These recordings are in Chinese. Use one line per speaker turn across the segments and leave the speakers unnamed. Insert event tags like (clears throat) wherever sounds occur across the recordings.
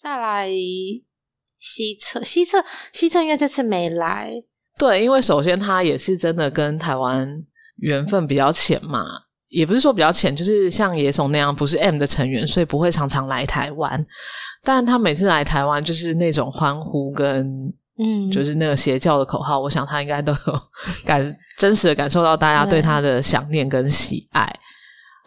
再来西侧，西侧，西侧，因为这次没来，
对，因为首先他也是真的跟台湾缘分比较浅嘛，也不是说比较浅，就是像野怂那样不是 M 的成员，所以不会常常来台湾。但他每次来台湾，就是那种欢呼跟
嗯，
就是那个邪教的口号，我想他应该都有 (laughs) 感真实的感受到大家对他的想念跟喜爱。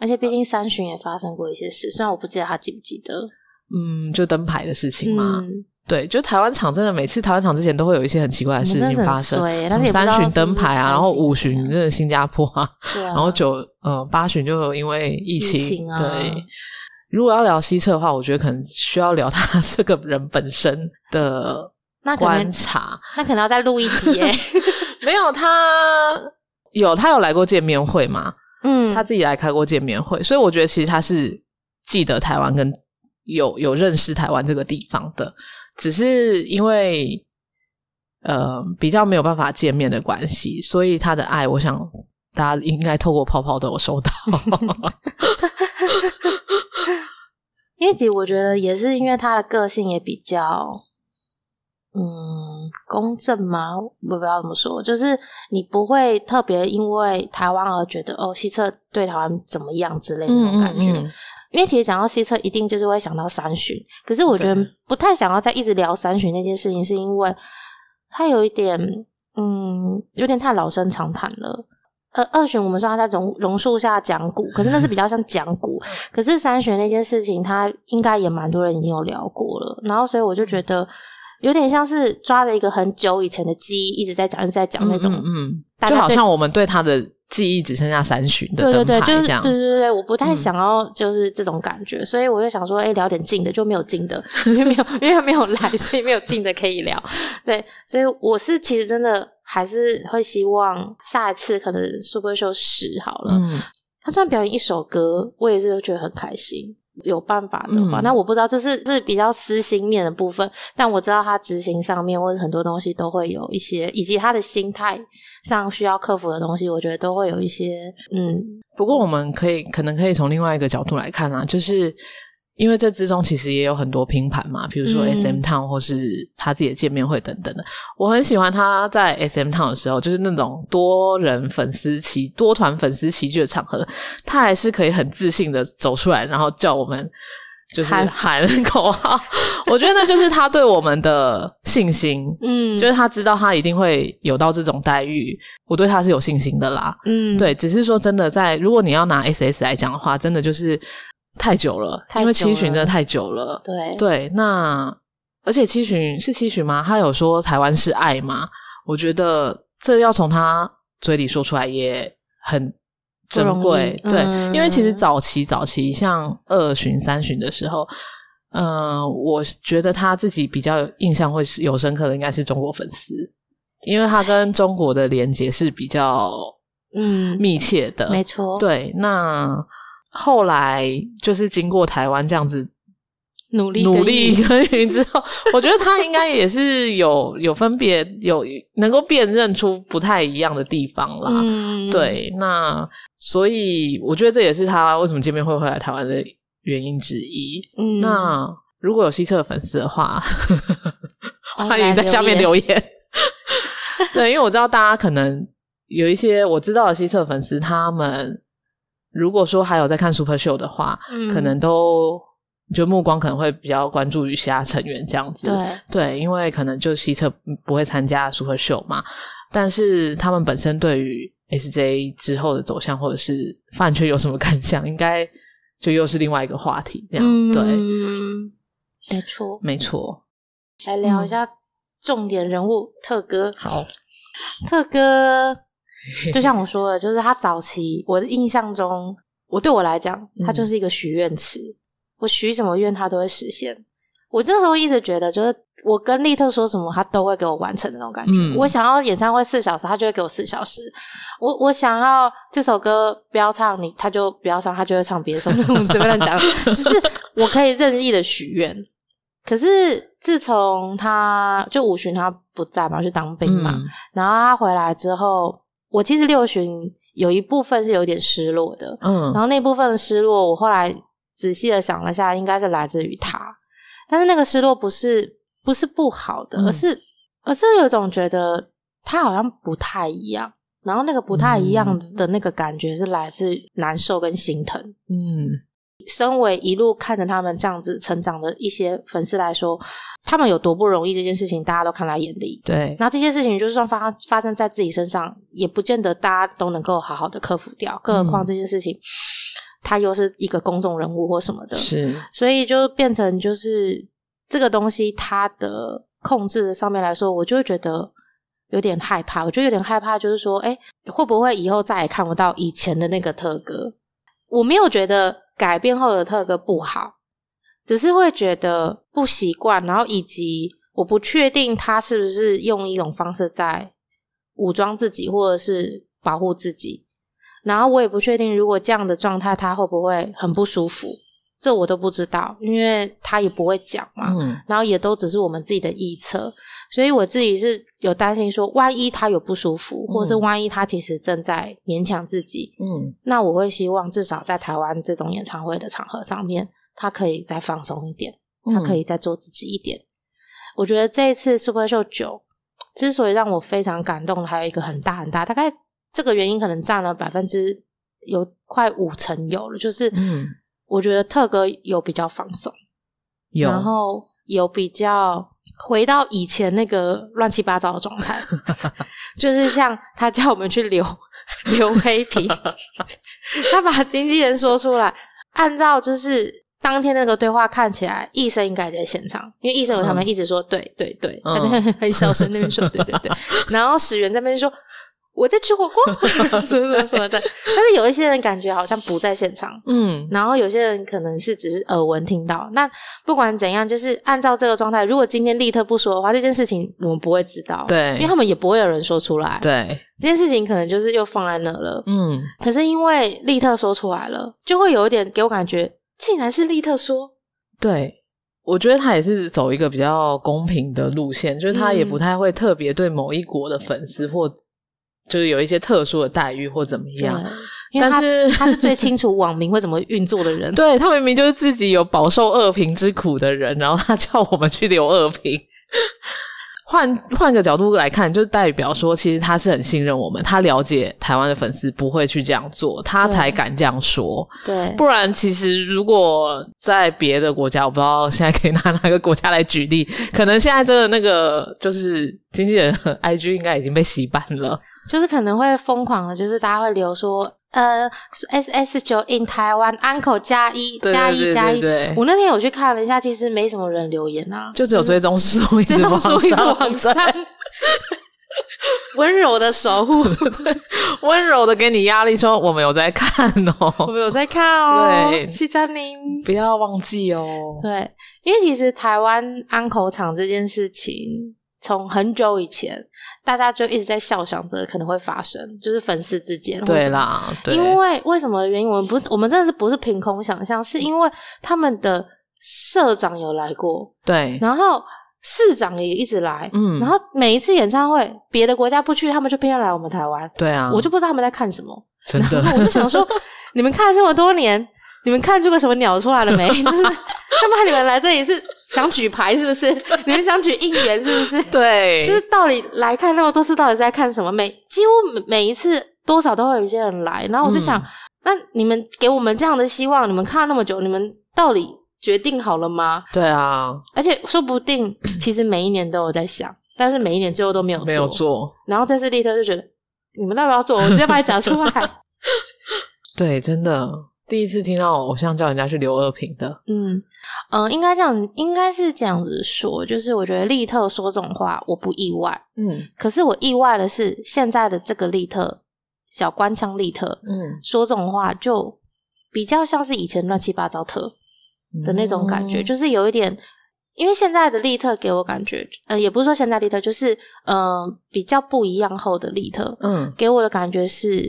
而
呃
且毕竟三巡也发生过一些事，虽然我不记得他记不记得，
嗯，就灯牌的事情嘛，
嗯，
对，就台湾场真的每次台湾场之前都会有一些很奇怪的事
我
情
们真的
发
很
生，
衰
什
但是
么
也不知
三
道
巡
是不
灯
是
牌啊，
台
然后
湾
五
是怎
巡
样
那个新加坡啊，
对啊，
然后九呃八旬就因为疫情，
疫情啊
对。如果要聊西侧的话，我觉得可能需要聊他这个人本身的
那可
观
能
察。
那可能要再录一集
(laughs)
耶，
没有他有他有来过见面会嘛？
嗯，
他自己来开过见面会，所以我觉得其实他是记得台湾跟有有认识台湾这个地方的，只是因为呃比较没有办法见面的关系，所以他的爱，我想大家应该透过泡泡都有收到。
因为其实我觉得也是因为他的个性也比较，嗯，公正吗？我不知道怎么说，就是你不会特别因为台湾而觉得哦，西侧对台湾怎么样之类的那种感觉。
嗯
因为其实讲到西侧，一定就是会想到三巡，可是我觉得
对
不太想要再一直聊三巡那件事情，是因为它有一点，嗯，有点太老生常谈了。呃，二巡我们说他在榕榕树下讲古，可是那是比较像讲
(laughs)
古，可是三巡那件事情，他应该也蛮多人已经有聊过了，然后所以我就觉
嗯
得有点像是抓了一个很久以前的记忆，一直在讲，一直在讲那种，
嗯嗯
大
就
家
好
最
像我们对他的记忆只剩下三巡的
对对对，
灯牌
就是
这
对
样。
对对对，我不太
嗯
想要就是这种感觉，所以我就想说，哎、聊点近的，就没有近的，因为没有因为没有来，所以没有近的可以聊。对，所以我是其实真的还是会希望下一次可能 Super Show 十好了，
嗯，
他虽然表演一首歌，我也是觉得很开心。有办法的话，
嗯
那我不知道这是是比较私心面的部分，但我知道他执行上面或者很多东西都会有一些，以及他的心态上需要克服的东西，我觉得都会有一些，嗯，
不过我们可以可能可以从另外一个角度来看啊，就是因为这之中其实也有很多拼盘嘛，比如说
嗯
SM Town 或是他自己的见面会等等的。我很喜欢他在 SM Town 的时候，就是那种多人粉丝齐多团粉丝齐聚的场合，他还是可以很自信的走出来，然后叫我们。就是
喊
喊口号，我觉得那就是他对我们的信心。
嗯，
就是他知道他一定会有到这种待遇，我对他是有信心的啦。
嗯，
对，只是说真的在，如果你要拿 S S 来讲的话，真的就是太久了，
太
因为
久
七旬真的
了
太久了。
对
对，那而且七旬是七旬吗？他有说台湾是爱吗？我觉得这要从他嘴里说出来也很
不容
珍
易
贵，对，
嗯
因为其实早期早期像二巡三巡的时候。嗯，我觉得他自己比较印象会是有深刻的，应该是中国粉丝，因为他跟中国的连接是比较
嗯，
密切的，
没错，，
对，那后来就是经过台湾这样子
努力
努
耕
力
耘
耕耘之后，我觉得他应该也是有有分别，有能够辨认出不太一样的地方啦。
嗯，，
对，那所以我觉得这也是他为什么见面会会来台湾的原因之一。
嗯，
那如果有西侧的粉丝的话，
欢迎
欢迎在下面
哦来留 (laughs)
留言。对，因为我知道大家可能有一些我知道的西侧粉丝，他们如果说还有在看 Super Show 的话，
嗯
可能都就目光可能会比较关注于其他成员这样子。
对，
对，因为可能就西侧不会参加 Super Show 嘛，但是他们本身对于 SJ 之后的走向或者是饭圈有什么感想，应该就又是另外一个话题。这样、
嗯
对，嗯
对，没错，
没错。
来聊一下重点人物、特哥。
嗯好，
(laughs) 特
(laughs)
哥，就像我说的，就是他早期我的印象中，我对我来讲，他
嗯
就是一个许愿池，我许什么愿他都会实现。我那时候一直觉得，就是我跟利特说什么，他都会给我完成的那种感觉。
嗯
我想要演唱会四小时，他就会给我四小时；我我想要这首歌不要唱你，他就不要唱，他就会唱别的首歌。 (laughs) 我们随便乱讲，就是我可以任意的许愿。可是自从他就五旬他不在嘛，去当兵嘛，
嗯
然后他回来之后，我其实六旬有一部分是有点失落的，
嗯
然后那部分的失落，我后来仔细的想了一下，应该是来自于他，但是那个失落不是不是不好的，
嗯
而是而是有一种觉得他好像不太一样，然后那个不太一样的那个感觉是来自难受跟心疼。
嗯
身为一路看着他们这样子成长的一些粉丝来说，他们有多不容易这件事情，大家都看在眼里。
对，
然后这些事情，就算发发生在自己身上，也不见得大家都能够好好的克服掉。更何况这件事情，他又是一个公众人物或什么的，
是
所以就变成就是这个东西，它的控制上面来说，我就会觉得有点害怕。我就有点害怕，就是说，哎、会不会以后再也看不到以前的那个特哥？我没有觉得改变后的特哥不好，只是会觉得不习惯，然后以及我不确定他是不是用一种方式在武装自己，或者是保护自己。然后我也不确定，如果这样的状态，他会不会很不舒服？这我都不知道，因为他也不会讲嘛，
嗯
然后也都只是我们自己的臆测，所以我自己是有担心说，万一他有不舒服，或是
嗯
万一他其实正在勉强自己，
嗯
那我会希望至少在台湾这种演唱会的场合上面，他可以再放松一点，他可以
嗯
再做自己一点。我觉得这一次 Super Show 九之所以让我非常感动，还有一个很大很大，大概这个原因可能占了百分之有快五成有了，就是
嗯
我觉得特哥有比较放松，
有，
然后有比较回到以前那个乱七八糟的状
(laughs)
态，就是像他叫我们去留留黑皮， (laughs) 他把经纪人说出来，按照就是当天那个对话看起来，医生应该也在现场，因为医生有他们一直说、对对对，
嗯
他就很很小声那边说对对
(laughs)
对，然后史源在那边说。我在吃火锅， (laughs) 什么什么什么的，但是有一些人感觉好像不在现场，
嗯
然后有些人可能是只是耳闻听到。那不管怎样，就是按照这个状态，如果今天利特不说的话，这件事情我们不会知道，，
对，
因为他们也不会有人说出来。，
对
这件事情可能就是又放在那了。
嗯
可是因为利特说出来了，就会有一点给我感觉，竟然是利特说，
对。我觉得他也是走一个比较公平的路线，就是他也
嗯
不太会特别对某一国的粉丝或就是有一些特殊的待遇或怎么样。
对因为他
但是
他是最清楚网民会怎么运作的人。
(laughs) 对他明明就是自己有饱受恶评之苦的人，然后他叫我们去留恶评。换换个角度来看，就是代表说，其实他是很信任我们，他了解台湾的粉丝不会去这样做，他
对
才敢这样说。
对，
不然，其实如果在别的国家，我不知道现在可以拿哪个国家来举例，可能现在真的那个就是经纪人 IG 应该已经被洗版了。
就是可能会疯狂的，就是大家会留说，呃，S S 九 in 台湾 uncle 加一
对
加一
对
加
对
一。
对，
我那天有去看了一下，其实没什么人留言啊，
(laughs) 就只有追踪数一
追
直
踪
往
数一直
上
往上
对，
(laughs) 温柔的守
(laughs)
护，
温柔的给你压力，说我们有在看
我 (laughs)
哦，
们有在看哦，
对
西嘉宁，
不要忘记哦。
对，因为其实台湾安口厂这件事情，从很久以前大家就一直在笑，想着可能会发生，就是粉丝之间，或
(laughs) 对
是
啦，对，
因为为什么原因？我们不是，我们真的是不是凭空想象，是因为他们的社长有来过，
对，
然后市长也一直来，
嗯，
然后每一次演唱会，别的国家不去，他们就偏要来我们台湾，
对啊，
我就不知道他们在看什么。
真的
然后我就想说，你们看了这么多年，你们看出个什么鸟出来了没？ (laughs) 就是他妈你们来这里是想举牌是不是？你们想举应援是不是？
(laughs) 对，
就是到底来看那么多次，到底是在看什么？每几乎每每一次多少都会有一些人来，然后我就想，
嗯
那你们给我们这样的希望，你们看了那么久，你们到底决定好了吗？
对啊，
而且说不
(clears throat)
定其实每一年都有在想，但是每一年最后都没有
没有做，
然后这次利特就觉得，你们要不要做？我直接把你讲出来。 (laughs)
对，真的第一次听到偶像叫人家去留二评的，
嗯嗯、呃应该这样，应该是这样子说，就是我觉得利特说这种话，我不意外。
嗯
可是我意外的是，现在的这个利特小官腔利特
嗯
说这种话，就比较像是以前乱七八糟特的那种感觉，
嗯
就是有一点。因为现在的利特给我感觉，呃，也不是说现在利特，就是呃比较不一样后的利特，
嗯
给我的感觉是，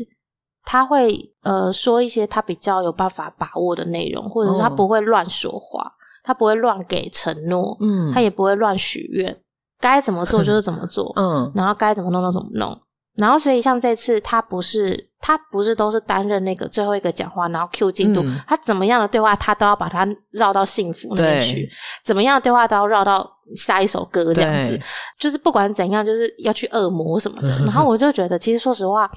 他会呃说一些他比较有办法把握的内容，或者是他
嗯
不会乱说话，他不会乱给承诺，
嗯， (laughs)
他也不会乱许愿，该怎么做就是怎么做，
嗯
然后该怎么弄就怎么弄。然后所以像这次他不是他不是都是担任那个最后一个讲话，然后 Q 进度，
嗯
他怎么样的对话他都要把它绕到幸福那边
对
去，怎么样的对话都要绕到下一首歌这样子
对，
就是不管怎样就是要去恶魔什么
(laughs)
的。然后我就觉得其实说实话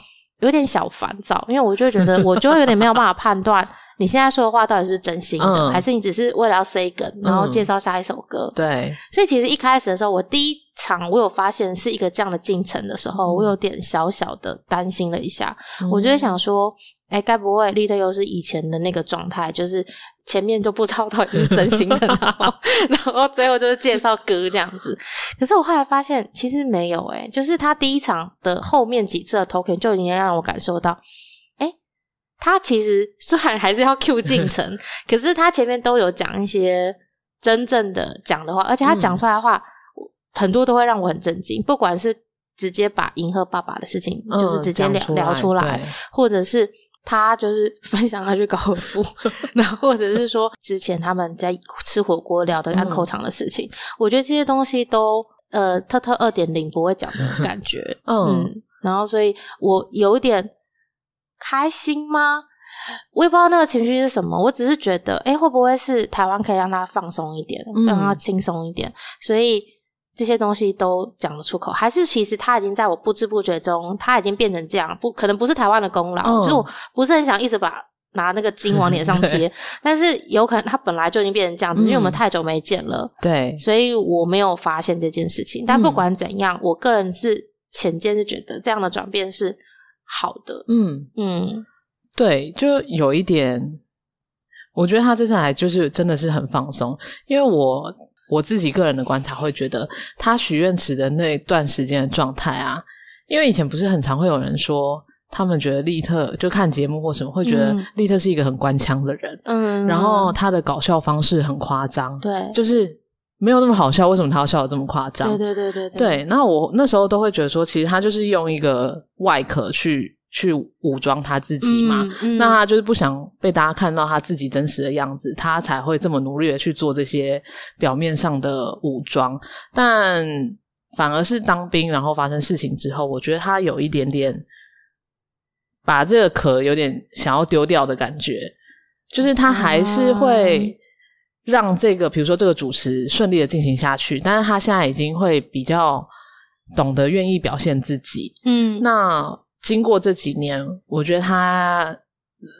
有点小烦躁，因为我就觉得我就有点没有办法判断 (laughs) 你现在说的话到底是真心的，
嗯
还是你只是为了要 say 梗，然后
嗯
介绍下一首歌。
对，
所以其实一开始的时候，我第一场我有发现是一个这样的进程的时候，
嗯
我有点小小的担心了一下。我就会想说，哎、该不会立特又是以前的那个状态，就是前面就不知道到底是真心的，然后然后最后就是介绍歌这样子。可是我后来发现，其实没有、诶就是他第一场的后面几次的 token 就已经让我感受到，哎、他其实虽然还是要 Q 进程，可是他前面都有讲一些真正的讲的话，而且他讲出来的话。我很多都会让我很震惊，不管是直接把迎合爸爸的事情，
嗯
就是直接
讲
聊
出
聊
来
出来，
对
或者是他就是 (laughs) 分享他去高尔夫，然后或者是说之前他们在吃火锅聊的
嗯
按扣场的事情，我觉得这些东西都呃特特二点零不会讲的感觉，
嗯
嗯，然后所以我有点开心吗？我也不知道那个情绪是什么，我只是觉得，哎、会不会是台湾可以让他放松一点，
嗯
让他轻松一点，所以这些东西都讲得出口，还是其实他已经在我不知不觉中，他已经变成这样，不可能不是台湾的功劳，
嗯
就是我不是很想一直把拿那个金往脸上
(laughs)
贴，但是有可能他本来就已经变成这样，只是因为我们
嗯
太久没见了，
对，
所以我没有发现这件事情。但
嗯
不管怎样，我个人是浅见是觉得这样的转变是好的，
嗯，
嗯
对，就有一点，我觉得他这次来就是真的是很放松，因为我我自己个人的观察会觉得，他许愿池的那段时间的状态啊，因为以前不是很常会有人说，他们觉得利特就看节目或什么，会觉得
嗯
利特是一个很官腔的人，
嗯，
然后他的搞笑方式很夸张，
对
就是没有那么好笑，为什么他要笑的这么夸张？
对对对对
对，那我那时候都会觉得说，其实他就是用一个外壳去去武装他自己嘛。
嗯嗯
那他就是不想被大家看到他自己真实的样子，他才会这么努力的去做这些表面上的武装。但反而是当兵，然后发生事情之后，我觉得他有一点点把这个壳有点想要丢掉的感觉，就是他还是会让这个，比如说这个主持顺利的进行下去，但是他现在已经会比较懂得愿意表现自己，
嗯
那经过这几年，我觉得他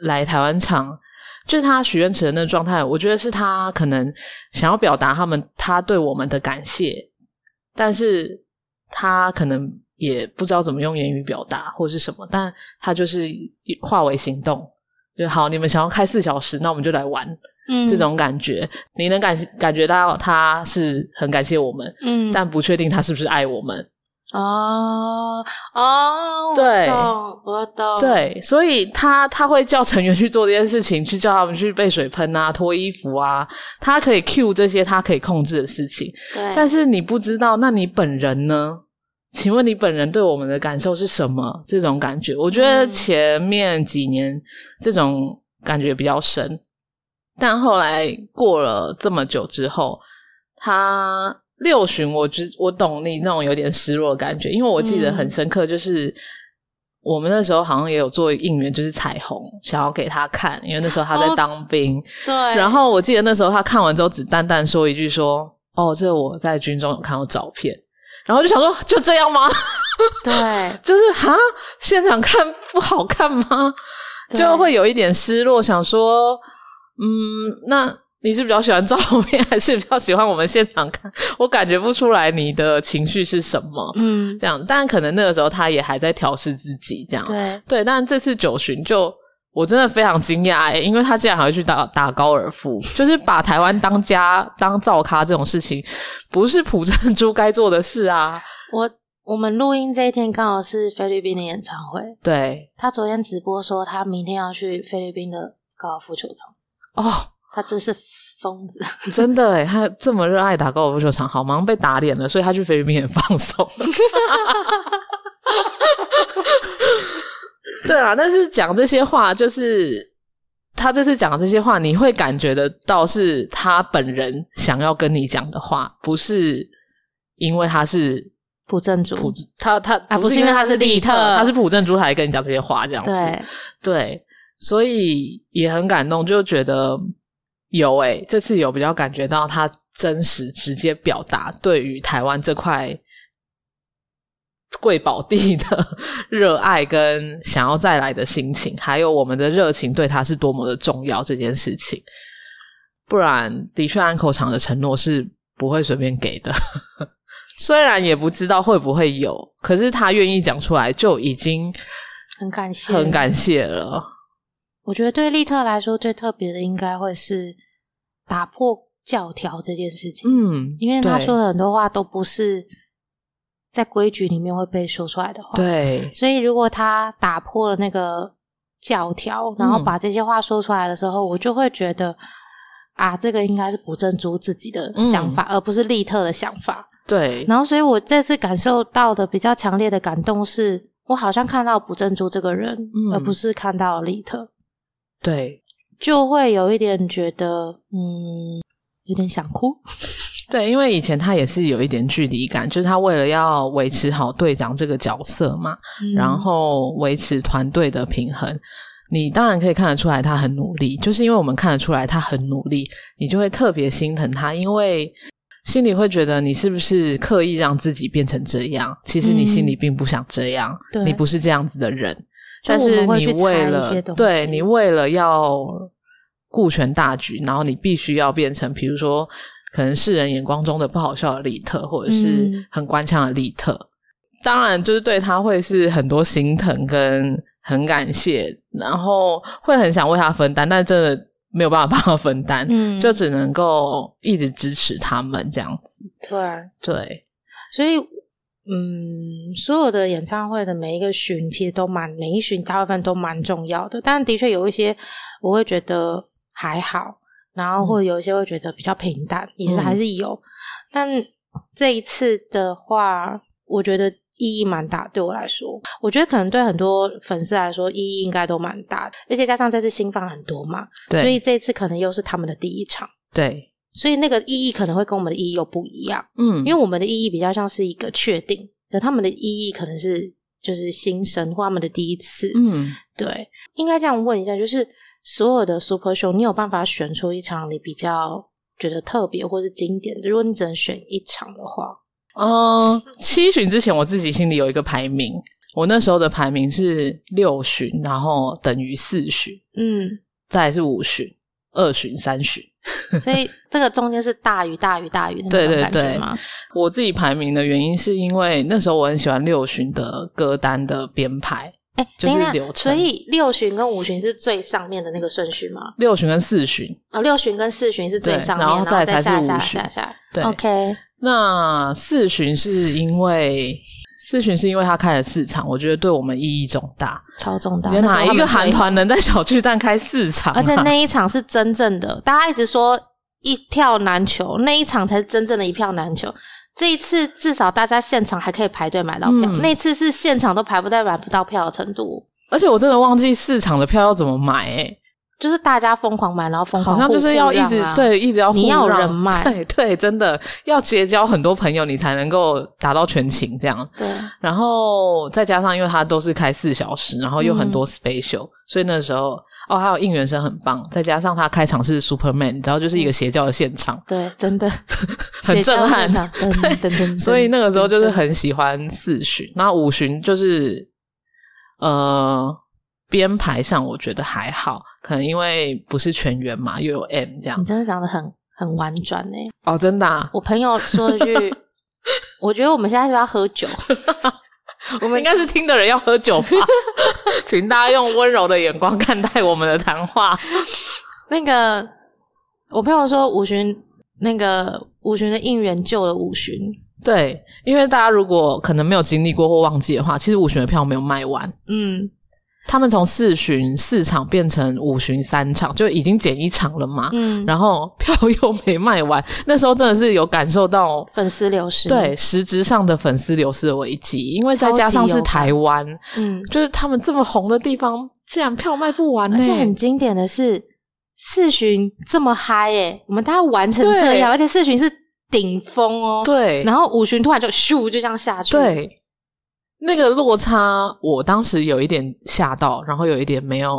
来台湾场，就是他许愿池的那个状态，我觉得是他可能想要表达他们他对我们的感谢，但是他可能也不知道怎么用言语表达或是什么，但他就是化为行动，就好，你们想要开四小时，那我们就来玩、
嗯
这种感觉，你能感感觉到他是很感谢我们，
嗯
但不确定他是不是爱我们。
哦哦，我
对
懂我懂，，
对，所以他他会叫成员去做这件事情，去叫他们去被水喷啊、脱衣服啊，他可以 cue 这些他可以控制的事情。
对，
但
是
是你不知道，那你本人呢？请问你本人对我们的感受是什么？这种感觉，我觉得
嗯
前面几年这种感觉比较深，但后来过了这么久之后，他六旬，我知我懂你那种有点失落的感觉，因为我记得很深刻，就是。我们那时候好像也有做应援，就是彩虹，想要给他看，因为那时候他在
哦
当兵，
对，
然后我记得那时候他看完之后，只淡淡说一句说：“哦，这我在军中有看到照片。”然后就想说：“就这样吗？ (laughs)
对
就是哈，现场看不好看吗？”
对
就会有一点失落，想说：“嗯，那你是比较喜欢照片，还是比较喜欢我们现场看？我感觉不出来你的情绪是什么。”
嗯
这样，但可能那个时候他也还在调试自己，这样。
对，
对，但这次九旬就我真的非常惊讶哎，因为他竟然还会去打打高尔夫，就是把台湾当家当造咖这种事情，不是朴正 (laughs) 珠该做的事啊。
我我们录音这一天刚好是菲律宾的演唱会，
对，
他昨天直播说他明天要去菲律宾的高尔夫球场，
哦，
他真是疯子， (laughs)
真的哎，他这么热爱打高尔夫球场，好忙被打脸了，所以他去菲律宾也放松。 (laughs) 对啊，但是讲这些话，就是他这次讲的这些话，你会感觉得到是他本人想要跟你讲的话，不是因为他是
朴正珠，
朴他他
啊不是因为他是利特
他是朴正珠还跟你讲这些话这样子，
对，
对，所以也很感动，就觉得有诶、这次有比较感觉到他真实直接表达对于台湾这块贵宝地的 (laughs) 热爱跟想要再来的心情，还有我们的热情对他是多么的重要这件事情。不然，的确，安口厂的承诺是不会随便给的。 (laughs) 虽然也不知道会不会有，可是他愿意讲出来，就已经
很感谢，
很感谢了。
我觉得对利特来说最特别的应该会是打破教条这件事情，
嗯，
因为他
对
说的很多话都不是在规矩里面会被说出来的话。，
对，
所以如果他打破了那个教条，然后
嗯
把这些话说出来的时候，我就会觉得啊，这个应该是朴正珠自己的
嗯
想法，而不是利特的想法。
对，
然后，所以我这次感受到的比较强烈的感动是，我好像看到朴正珠这个人，
嗯
而不是看到利特。
对，
就会有一点觉得，嗯，有点想哭。
对，因为以前他也是有一点距离感，就是他为了要维持好队长这个角色嘛，然
嗯
后维持团队的平衡。你当然可以看得出来他很努力，就是因为我们看得出来他很努力，你就会特别心疼他，因为心里会觉得你是不是刻意让自己变成这样？其实你心里
嗯
并不想这样，
对
你不是这样子的人。
就
但
我们
是
会
你
去猜
为
一
了
些东
对
西
你为了要顾全大局，然后你必须要变成，比如说可能世人眼光中的不好笑的利特，或者是
嗯
很官腔的利特。当然，就是对他会是很多心疼跟很感谢，然后会很想为他分担，但真的没有办法帮他分担，
嗯
就只能够一直支持他们这样子。
对，
对，
所以，嗯，所有的演唱会的每一个巡，其实都蛮每一巡大部分都蛮重要的，但的确有一些我会觉得还好，然后或者有一些会觉得比较平淡，也是还是有。但这一次的话，我觉得。意义蛮大，对我来说，我觉得可能对很多粉丝来说意义应该都蛮大的，而且加上这次新放很多嘛，
对，
所以这次可能又是他们的第一场，
对，
所以那个意义可能会跟我们的意义又不一样，
嗯，
因为我们的意义比较像是一个确定，可他们的意义可能是就是新生或他们的第一次。
嗯，
对，应该这样问一下，就是所有的 Super Show，你有办法选出一场你比较觉得特别或是经典的？如果你只能选一场的话，
嗯，七旬之前我自己心里有一个排名，我那时候的排名是六旬，然后等于四旬， (laughs)
嗯，
再来是五旬、二旬、三旬。
所以这个中间是大于大于大于的
对
那种感
对对
觉吗？
我自己排名的原因是因为那时候我很喜欢六旬的歌单的编排，
哎、
就
等
是
一下
流程
所以六巡跟五巡是最上面的那个顺序吗？
六旬跟四旬。
啊，六旬跟四旬是最
对
上面，
然后
然
再才
再
是
下下
五旬
下下。
对
OK，
那四旬是因为四旬是因为他开了四场，我觉得对我们意义重大。
超重大。
有
啊那时候他
哪一
们
个韩
最？
团能在小巨蛋开四场、
(laughs)
啊？(laughs)
而且那一场是真正的，大家一直说一票难求，那一场才是真正的一票难求。这一次至少大家现场还可以排队买到票，
嗯
那一次是现场都排不到买不到票的程度，
而且我真的忘记四场的票要怎么买、欸，
就是大家疯狂买，然后疯狂
好像就是要一
互
直、
让啊
对，一直要
你要
互让
人脉
对 (laughs) 对，真的要结交很多朋友，你才能够达到全勤这样。
对，
然后再加上，因为它都是开四小时，然后又很多
嗯
special，、所以那时候哦，还有应援声很棒。再加上它开场是 Superman，你知道，就是一个邪教的现场，
对，真的
(laughs) 很震撼
谁叫嗯现场
(laughs)
嗯噔噔噔噔
所以那个时候就是很喜欢四巡。那五巡就是呃编排上我觉得还好，可能因为不是全员嘛，又有 M 这样
你。真的讲的很很婉转呢、
哦，真的、啊，
我朋友说一
(laughs)
句，我觉得我们现在是要喝酒，
我们应该是听的人要喝酒吧， (laughs) 请大家用温柔的眼光看待我们的谈话。
那个我朋友说五旬那个五旬的应援救了五旬，
对，因为大家如果可能没有经历过或忘记的话，其实五巡的票没有卖完，
嗯
他们从四巡四场变成五巡三场，就已经减一场了嘛。
嗯，
然后票又没卖完，那时候真的是有感受到
粉丝流失，
对，实质上的粉丝流失的危机，因为再加上
超级
是
有感
台湾，
嗯，
就是他们这么红的地方，竟然票卖不完呢、
而且很经典的是四巡这么嗨耶、我们大家玩成
对
这样，而且四巡是顶峰哦，
对，
然后五旬突然就咻就这样下去，，
对，那个落差，我当时有一点吓到，然后有一点没有，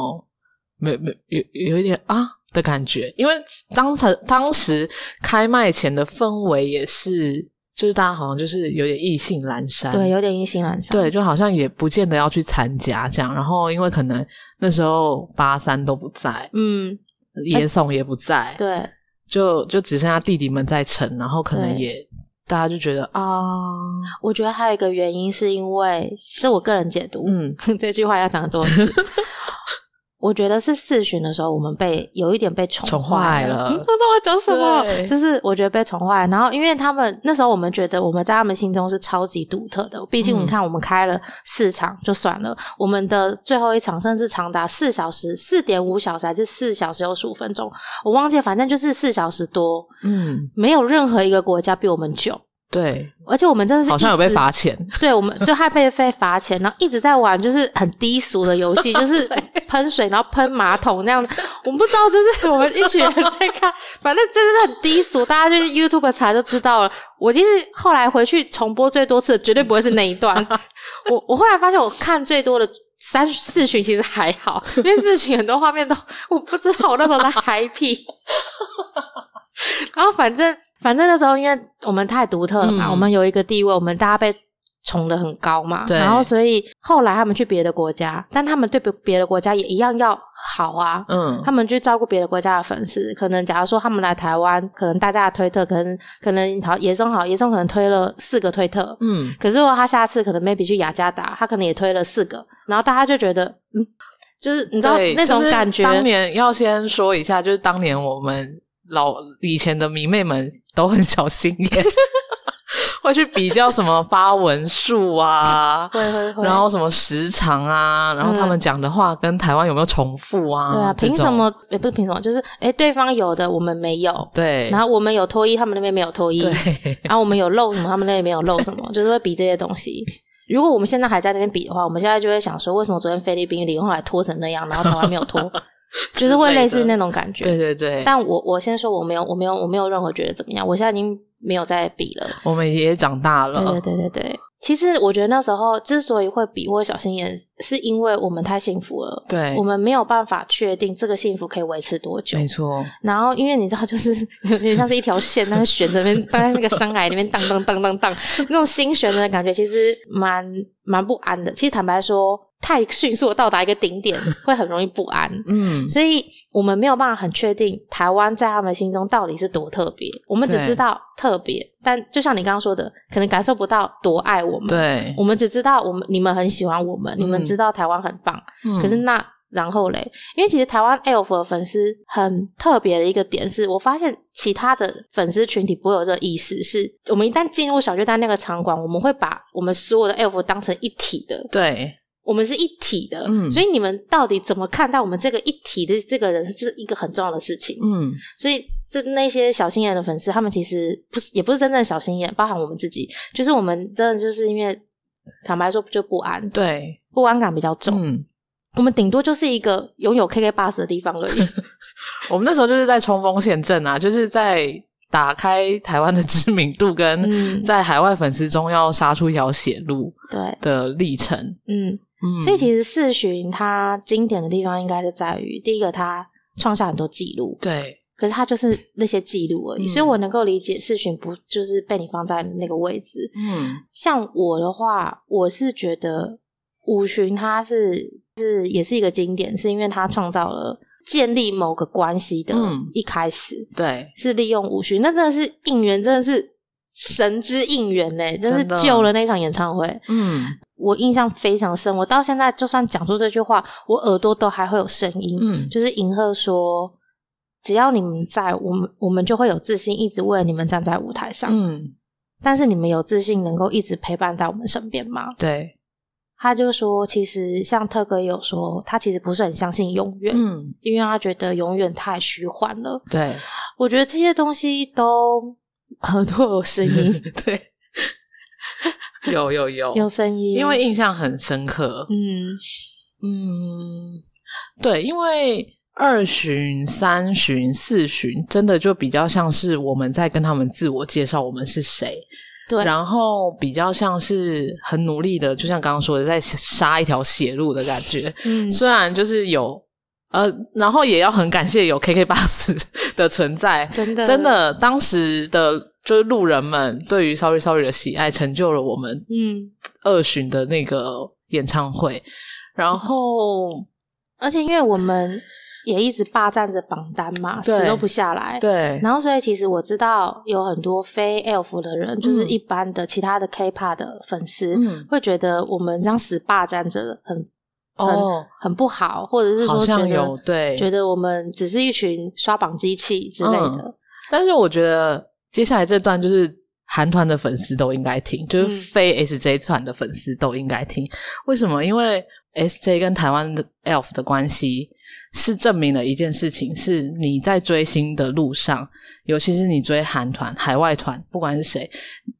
没没有有一点啊的感觉，因为当时当时开麦前的氛围也是，就是大家好像就是有点意兴阑珊，
对，有点意兴阑珊，
对，就好像也不见得要去参加这样，然后因为可能那时候八三都不在，
嗯，
野怂也不在，
对，
就就只剩下弟弟们在撑，然后可能
对
也大家就觉得啊，
我觉得还有一个原因是因为这我个人解读，
嗯，
(laughs) 这句话要讲多
(laughs)
次。我觉得是四旬的时候，我们被有一点被宠
宠
坏
坏了
(laughs) 嗯不知道我讲什么，
对
就是我觉得被宠坏。然后，因为他们那时候我们觉得我们在他们心中是超级独特的，毕竟
嗯
你看我们开了四场就算了，我们的最后一场甚至长达四小时、四点五小时还是四小时有十五分钟，我忘记了，反正就是四小时多，
嗯，
没有任何一个国家比我们久。
对，
而且我们真的是
好像有被
一直
罚钱，
对我们就害被被罚钱，然后一直在玩就是很低俗的游戏，就是喷水然后喷马桶那样。我们不知道，就是 (laughs) 我们一群人在看，反正真的是很低俗，大家就是 YouTube 查就知道了。我其实后来回去重播最多次，绝对不会是那一段。我我后来发现，我看最多的。三四群其实还好，因为四群很多画面都我不知道，我那时候在嗨皮。然后反正反正那时候，因为我们太独特了嘛，
嗯
我们有一个地位，我们大家被宠得很高嘛。
对
然后所以后来他们去别的国家，但他们对别别的国家也一样要好啊。
嗯
他，们去照顾别的国家的粉丝，可能假如说他们来台湾，可能大家的推特，可能可能好野生好野生可能推了四个推特，
嗯，
可是如果他下次可能 maybe 去雅加达，他可能也推了四个，然后大家就觉得嗯，就是你
你
知道那种感觉，
当年要先说一下，就是当年我们老以前的迷妹们都很小心
(laughs)
眼， (laughs) 会去比较什么发文
(laughs)
数啊。
会会会，
然后什么时长啊，然后他们讲的话跟台湾有没有重复啊？
嗯对啊，
这
凭
种
什？么也不是凭什么，就是诶对方有的我们没有，
对，
然后我们有脱衣，他们那边没有脱衣，
对，
然后我们有漏什么，他们那边没有漏什
(laughs)
么，就是会比这些东西。如果我们现在还在那边比的话，我们现在就会想说，为什么昨天菲律宾零后来拖成那样，然后台湾没有
(laughs)
拖，就是会类似那种感觉。
对对对。
但我我先说我没有我没有我没有任何觉得怎么样，我现在已经没有在比了。
我们也长大了，
对对对对对，其实我觉得那时候之所以会比或小心眼，是因为我们太幸福了，
对
我们没有办法确定这个幸福可以维持多久
没。错，
然后，因为你知道，就是有点像是一条线，那个悬着那边，当在那个山崖里面荡荡荡荡荡，那种心悬的感觉，其实蛮蛮不安的。其实坦白说，太迅速地到达一个顶点，会很容易不安。
嗯，
所以我们没有办法很确定台湾在他们心中到底是多特别，我们只
对
知道特别，但就像你刚刚说的，可能感受不到多爱我们。，
对，
我们只知道我们你们很喜欢我们，你们
嗯
知道台湾很棒，
嗯
可是那然后嘞，因为其实台湾 ELF 的粉丝很特别的一个点是，我发现其他的粉丝群体不会有这个意识，是我们一旦进入小巨蛋那个场馆，我们会把我们所有的 ELF 当成一体的，
对，
我们是一体的，
嗯
所以你们到底怎么看待我们这个一体的这个人是一个很重要的事情。
嗯，
所以，这那些小心眼的粉丝，他们其实不是也不是真正的小心眼，包含我们自己，就是我们真的就是因为坦白说就不安，
对，
不安感比较重。
嗯，
我们顶多就是一个拥有 KK bus 的地方而
(laughs)
已。
我们那时候就是在冲锋陷阵啊，就是在打开台湾的知名度，跟
嗯
在海外粉丝中要杀出一条血路
对，
的历程。
嗯，
嗯，
所以其
实
实四巡它经典的地方应该是在于，第一个它创下很多记录，
对，
可是它就是那些记录而已，
嗯
所以我能够理解四巡不就是被你放在那个位置。
嗯，
像我的话，我是觉得五巡它是是也是一个经典，是因为它创造了建立某个关系的
嗯
一开始，
对，
是利用五旬，那真的是应援，真的是神之应援嘞、真是
真的
救了那场演唱会。
嗯
我印象非常深，我到现在就算讲出这句话，我耳朵都还会有声音。
嗯，
就是银赫说：“只要你们在，我们我们就会有自信，一直为了你们站在舞台上。
嗯，
但是你们有自信能够一直陪伴在我们身边吗
对，？”
他就说：“其实像特哥也有说，他其实不是很相信永远，
嗯，
因为他觉得永远太虚幻了。”
对，
我觉得这些东西都很多有声
(laughs)
音，
对，有有有
嗯有声音，
因为印象很深刻。
嗯
嗯，对，因为二巡、三巡、四巡，真的就比较像是我们在跟他们自我介绍我们是谁，
对，
然后比较像是很努力的，就像刚刚说的，在杀一条血路的感觉。
嗯，
虽然就是有呃，然后也要很感谢有 KK 巴士 (laughs) 的存在，
真的
真，的当时的就是路人们对于 Sorry Sorry 的喜爱，成就了我们
嗯，
二巡的那个演唱会。然后
而且因为我们也一直霸占着榜单嘛，
对
死都不下来，
对，
然后，所以其实我知道有很多非 ELF 的人，就是一般的其他的 K-pop 的粉丝，
嗯，
会觉得我们这样死霸占着很
哦，
很不好，或者是
好
说觉得
像有对，
觉得我们只是一群刷榜机器之类
嗯
的。
但是我觉得接下来这段就是韩团的粉丝都应该听，就是
嗯
非 SJ 团的粉丝都应该听。为什么？因为 SJ 跟台湾的 ELF 的关系是证明了一件事情：是你在追星的路上，尤其是你追韩团、海外团，不管是谁，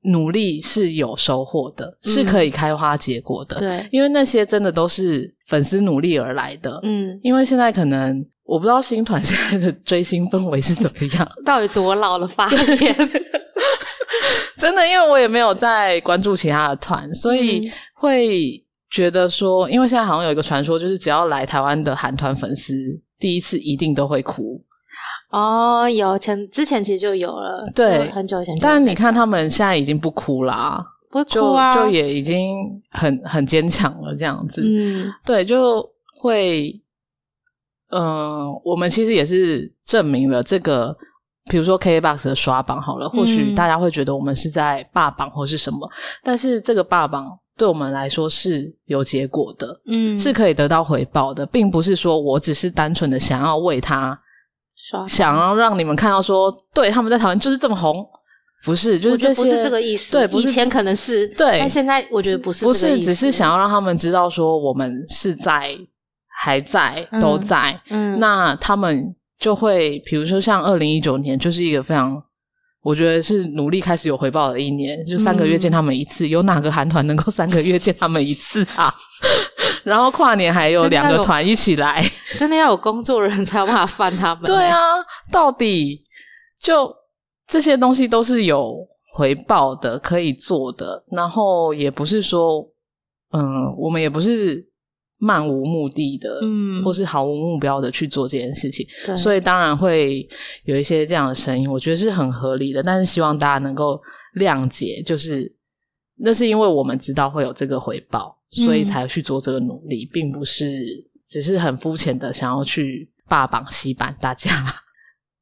努力是有收获的，
嗯
是可以开花结果的。
对，
因为那些真的都是粉丝努力而来的。
嗯，
因为现在可能我不知道新团现在的追星氛围是怎么样，
到底多老了发言？
真的，因为我也没有在关注其他的团，所以
嗯
会觉得说，因为现在好像有一个传说，就是只要来台湾的韩团粉丝，第一次一定都会哭。
(laughs) 哦，有前之前其实就有了，
对
就很久以前就有。
但你看他们现在已经不哭啦、
不会
就、
哭啊，
就也已经很很坚强了，这样子。
嗯，
对，就会，嗯、我们其实也是证明了这个，比如说 KBox 的刷榜好了，或许
嗯
大家会觉得我们是在霸榜或是什么，但是这个霸榜对我们来说是有结果的，
嗯
是可以得到回报的，并不是说我只是单纯的想要为他，
刷，
想要让你们看到说，对他们在台湾就是这么红，不是，就
我
是
觉得
这些
不是这个意思。
对，不
以
是
前可能是，
对
但现在我觉得不是，
不是，只是想，要让他们知道说我们是在还在
嗯
都在，
嗯，
那他们就会，比如说像二零一九年，就是一个非常。我觉得是努力开始有回报的一年，就三个
嗯
月见他们一次，有哪个韩团能够三个月见他们一次啊？ (laughs) 然后跨年还有
真的
两个
有
团一起来，
真的要有工作人才有办法翻他们、
(laughs) 对，啊，到底就这些东西都是有回报的，可以做的。然后也不是说，嗯，我们也不是漫无目的的，
嗯
或是毫无目标的去做这件事情。
对
所
以
以当然会有一些这样的声音，我觉得是很合理的。但是希望大家能够谅解，就是那是因为我们知道会有这个回报，所以
嗯
才去做这个努力，并不是只是很肤浅的想要去霸榜洗版
(laughs)
大家。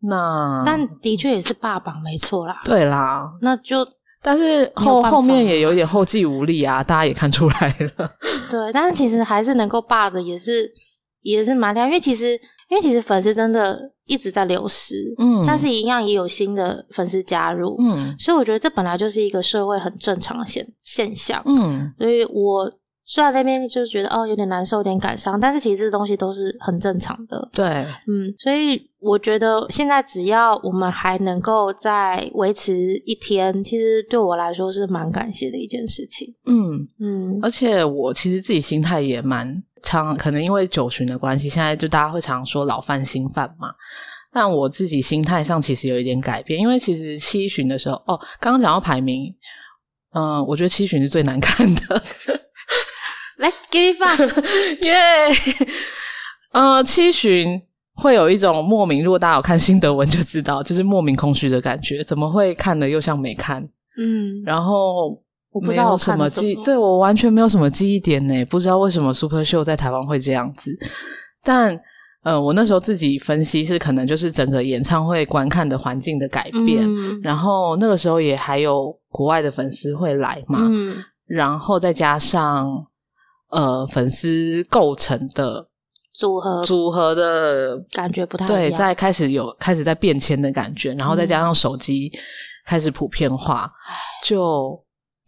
那
但的确也是霸榜没错啦。
对啦，
那就
但
没
是
有
后
办法
后面也有点后继无力啊，大家也看出来了。
对，但是其实还是能够霸的，也是也是蛮厉害，因为其实因为其实粉丝真的一直在流失，
嗯
但是一样也有新的粉丝加入，
嗯
所以我觉得这本来就是一个社会很正常的现现象。
嗯，
所以我虽然那边就觉得哦有点难受，有点感伤，但是其实这东西都是很正常的。
对，
嗯，所以我觉得现在只要我们还能够再维持一天，其实对我来说是蛮感谢的一件事情。
嗯。
嗯
而且我其实自己心态也蛮常，可能因为九旬的关系，现在就大家会常说老犯新犯嘛。但我自己心态上其实有一点改变，因为其实七旬的时候，哦，刚刚讲到排名，嗯、我觉得七旬是最难看的，
来，give me
(laughs)
five，
耶、呃，七旬会有一种莫名，如果大家有看新德文就知道，就是莫名空虚的感觉，怎么会看了又像没看？
嗯，
然后
我不
没
知道
有
我
什
看
么
了什
记，
么
对我完全没有什么记忆点呢，不知道为什么 Super Show 在台湾会这样子。但呃，我那时候自己分析是可能就是整个演唱会观看的环境的改变，
嗯
然后那个时候也还有国外的粉丝会来嘛，
嗯
然后再加上呃粉丝构成的
组合
组合的
感觉不太一
对，
样嗯
在开始有开始在变迁的感觉，然后再加上手机开始普遍化，就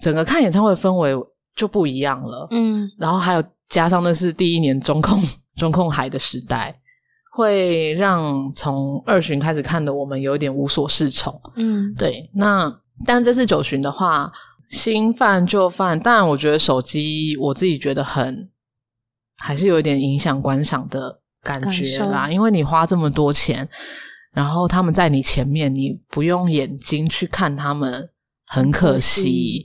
整个看演唱会的氛围就不一样了。
嗯
然后还有加上那是第一年中控中控海的时代，会让从二巡开始看的我们有一点无所适从。
嗯
对，那但这次九旬的话，新犯旧犯，但我觉得手机我自己觉得很还是有一点影响观赏的感
感
觉
受
啦，因为你花这么多钱，然后他们在你前面，你不用眼睛去看他们，很可
可
惜
惜。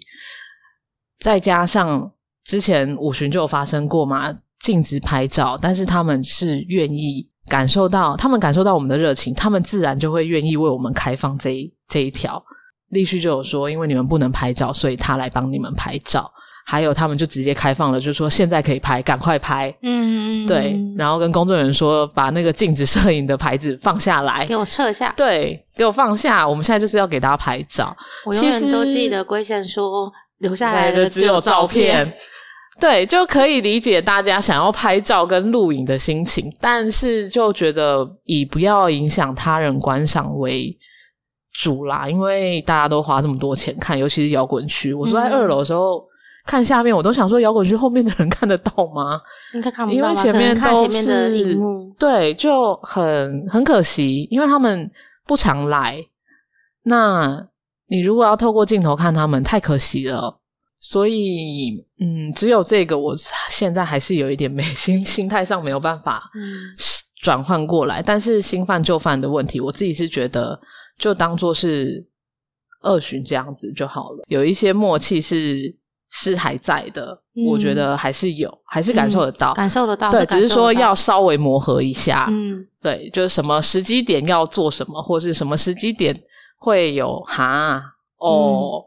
再加上之前五旬就有发生过嘛，禁止拍照，但是他们是愿意感受到，他们感受到我们的热情，他们自然就会愿意为我们开放这一这一条。立旭就有说，因为你们不能拍照，所以他来帮你们拍照。还有，他们就直接开放了，就说现在可以拍，赶快拍。
嗯，
对，然后跟工作人员说，把那个禁止摄影的牌子放下来
给。我撤下。
对，给我放下，我们现在就是要给大家拍照。
我永远
其实
都记得龟贤说，留下来
的
的
只
只
有照
照
片。对，就可以理解大家想要拍照跟录影的心情，但是就觉得以不要影响他人观赏为主啦，因为大家都花这么多钱看，尤其是摇滚区。我坐在
嗯
二楼的时候、看下面，我都想说摇滚区后面的人看得到吗？
应该看不
因
到
为
吧？
前面
可能看
都
前
是
面的荧幕，
对，就很很可惜，因为他们不常来。那你如果要透过镜头看他们，太可惜了。所以，嗯，只有这个，我现在还是有一点没 (laughs) 心心态上没有办法
嗯，
转换过来。但是新犯旧犯的问题，我自己是觉得就当做是二巡这样子就好了。有一些默契是是还在的，
嗯
我觉得还是有，还是感受得到。
感受得到。
对，
啊感
只
受
是
得
说
到
要，稍微磨合一下。
嗯，
对，就是什么时机点要做什么，或是什么时机点会有哈哦，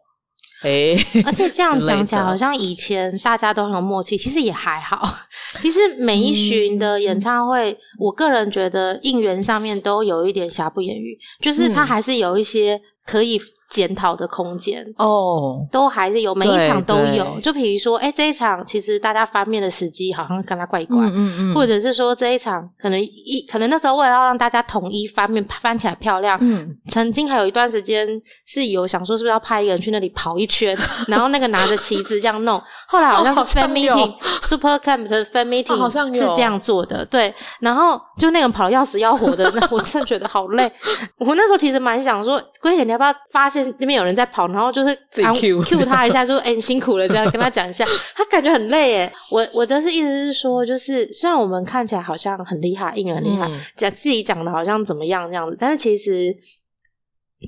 诶，
嗯而且这样
之类
讲起来，
的
好像以前大家都很有默契，其实也还好。 (laughs) 其实每一巡
嗯
的演唱会，我个人觉得应援上面都有一点瑕不掩瑜，就是它
嗯
还是有一些可以检讨的空间。
哦，
都还是有，每
对
一场都有
对。
就比如说，哎、这一场其实大家翻面的时机好像跟他怪怪，
嗯
或者是说这一场可能一可能那时候为了要让大家统一翻面翻起来漂亮，
嗯，
曾经还有一段时间是有想说是不是要派一个人去那里跑一
(laughs)
圈，然后那个拿着旗子这样弄。后来好像
哦好
是 fan
像有
meeting、super camp 的 fan meeting、
哦好像有
是这样做的，对。然后就那个人跑得要死要活的， (laughs) 那我真的觉得好累。我那时候其实蛮想说，龟姐你要不要发现那边有人在跑，然后就是
自己 cue
cue 他一下，就说哎、你辛苦
(laughs)
了，这样跟他讲一下。他感觉很累耶。我我的是意思是说，就是虽然我们看起来好像很厉害，应援很厉害，
嗯
讲自己讲的好像怎么样这样子，但是其实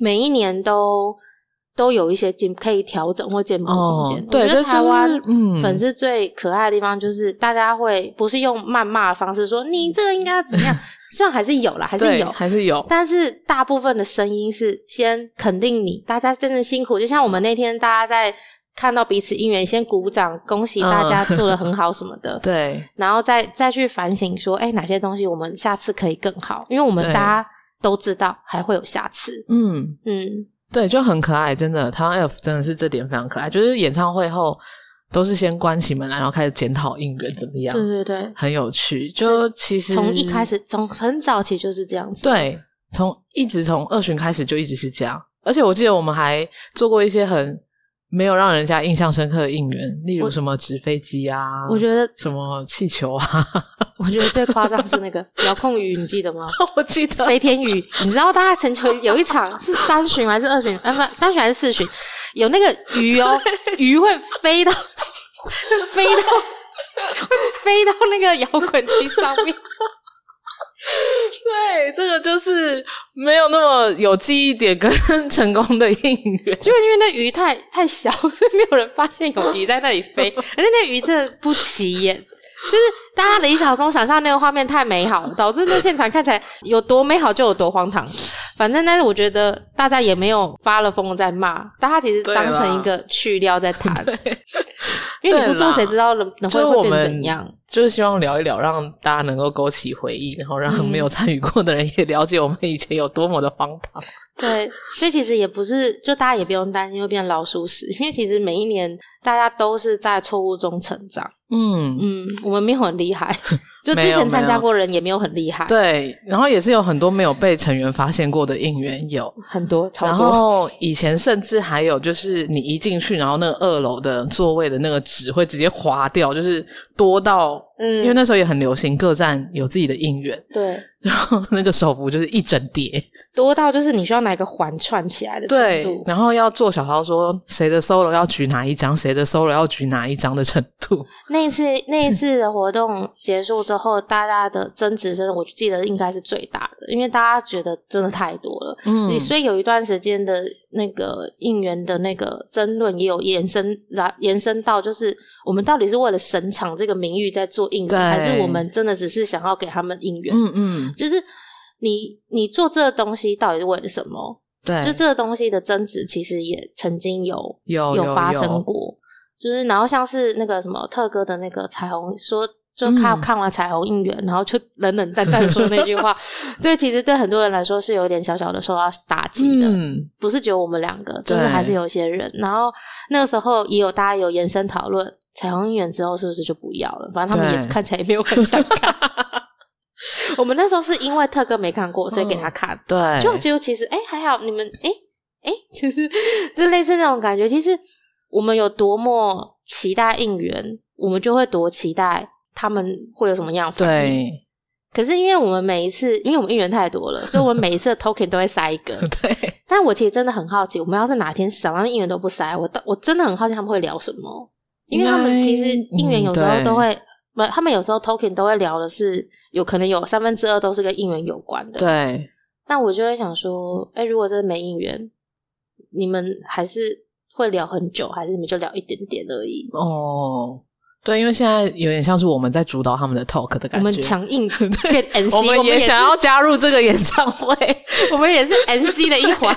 每一年都都有一些进可以调整或进步空间。
哦对
我觉
这
得
就是
台湾
嗯
粉丝最可爱的地方就是大家会不是用谩骂的方式说你这个应该要怎
(laughs)
么样，虽然还是有啦，还是
对
有。
还是有，
但是大部分的声音是先肯定你，大家真的辛苦。就像我们那天大家在看到彼此应援，先鼓掌，恭喜大家
嗯
做的很好什么的。
对，
然后再再去反省说，哎，哪些东西我们下次可以更好？因为我们
对
大家都知道还会有下次，
嗯，
嗯，
对，就很可爱，真的，台湾 F 真的是这点非常可爱，就是演唱会后都是先关起门来，然后开始检讨应援怎么样，
对对对，
很有趣。就其实
从一开始从很早起就是这样子，，
对，从一直从二巡开始就一直是这样。而且我记得我们还做过一些很没有让人家印象深刻的应援，例如什么纸飞机啊，
我觉得
什么气球啊， (laughs)
我觉得最夸张是那个遥控鱼，你记得吗？
我记得
飞天鱼，你知道大家全球有一场是三巡还是二巡？呃，不，三巡还是四巡？有那个鱼哦，鱼会飞到， (laughs) 会飞到， (laughs) 会飞到那个摇滚区上面。
对，这个就是没有那么有记忆点跟 (laughs) 成功的应援。
就因为那鱼太太小，所以没有人发现有鱼在那里
(laughs)
飞，而且那鱼真的不起眼。就是大家理想中想象那个画面太美好了，导致那现场看起来有多美好就有多荒唐。反正，但是我觉得大家也没有发了疯在骂，大家其实
对
当成
啦
一个去料在谈，
(laughs)
因为你不做，谁知道能能
就是
会
我
会变
们
怎
(laughs)
样？？
就是希望聊一聊，让大家能够勾起回忆，然后让
嗯
没有参与过的人也了解我们以前有多么的荒唐。
对，所以其实也不是，就大家也不用担心会变老鼠屎，因为其实每一年大家都是在错误中成长。
嗯，
嗯，我们没有很厉
(laughs)
害，就
没
之
有
前参
没
加
有
过的人也没有很厉害，，
对，然后也是有很多没有被成员发现过的应援有，
很多，超
然
多，
后以前甚至还有就是你一进去，然后那个二楼的座位的那个纸会直接滑掉，就是多到
嗯
因为那时候也很流行，各站有自己的应援， (laughs)
对
然后那个手幅就是一整叠，
多到就是你需要拿一个环串起来的程
对
度，，
然后要做小号说谁的 solo 要举哪一张，谁的 solo 要举哪一张的程度，
那一次 (laughs) 那一次的活动结束之后，大家的争执真的，我记得应该是最大的，因为大家觉得真的太多了，
嗯
所以有一段时间的那个应援的那个争论也有延伸，然延伸到就是我们到底是为了神场这个名誉在做应
对
援，还是我们真的只是想要给他们应援？
嗯嗯，
就是你你做这个东西到底是为了什么？
对，
就这个东西的争执，其实也曾经有
哦有
有发生
有
过，就是然后像是那个什么特哥的那个彩虹说。就看、
嗯
看完彩虹应援，然后就冷冷淡淡地说那句
(laughs)
话，对，其实对很多人来说是有点小小的受到打击的， (laughs)
嗯，
不是只有我们两个，
对
就是还是有一些人。然后那个时候也有大家有延伸讨论，彩虹应援之后是不是就不要了？反正他们
对
也看起来也没有很
(laughs)
想看。我们那时候是因为特哥没看过，所以给他
嗯
看。
(laughs) 对，
就就其实哎、还好你们哎哎、就是 (laughs) 就类似那种感觉。其实我们有多么期待应援，我们就会多期待他们会有什么样的反应。
对
可是因为我们每一次，因为我们应援太多
(laughs)
了，所以我们每一次的 token 都会塞一个。
对，
但我其实真的很好奇，我们要是哪天少让应援都不塞，我到我真的很好奇他们会聊什么，因为他们其实
应该
应援有时
嗯
候
对
都会，不、他们有时候 token 都会聊的是有可能有三分之二都是跟应援有关的。，
对，
那我就会想说，哎、如果真的没应援，你们还是会聊很久，还是你们就聊一点点而已？
哦，对，因为现在有点像是我们在主导他们的 talk 的
我
感觉，
们强
(laughs)
硬变 NC，
我
我
们
们
也
是
想要，加入这个演唱
(laughs)
会，
我们也是 NC 的一
(laughs)
环。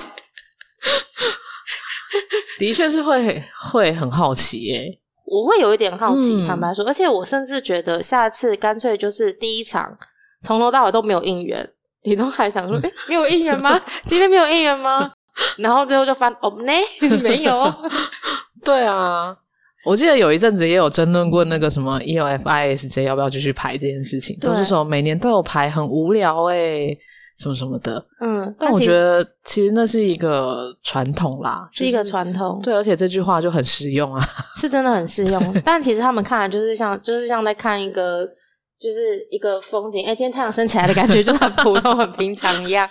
的确是会会很好奇耶、
我会有一点好奇，
嗯
坦白说，而且我甚至觉得下次干脆就是第一场从头到尾都没有应援，你都还想说，哎、没有应援
(laughs)
吗？今天没有应援吗？然后最后就翻，哦呢，没 (laughs)
(laughs)
有哦，
对啊，我记得有一阵子也有争论过那个什么 E EOFISJ 要不要继续排这件事情，
对
都是说每年都有排，很无聊哎、什么什么的。
嗯，
但我
其
觉
实
得其实那是一个传统啦，
是一个
就是
传统，
对，而且这句话就很实用啊。
是真的很适
(laughs)
用。但其实他们看来就是像，就是像在看一个。就是一个风景，哎、今天太阳升起来的感觉就是很普通、很平常一
(laughs)
样。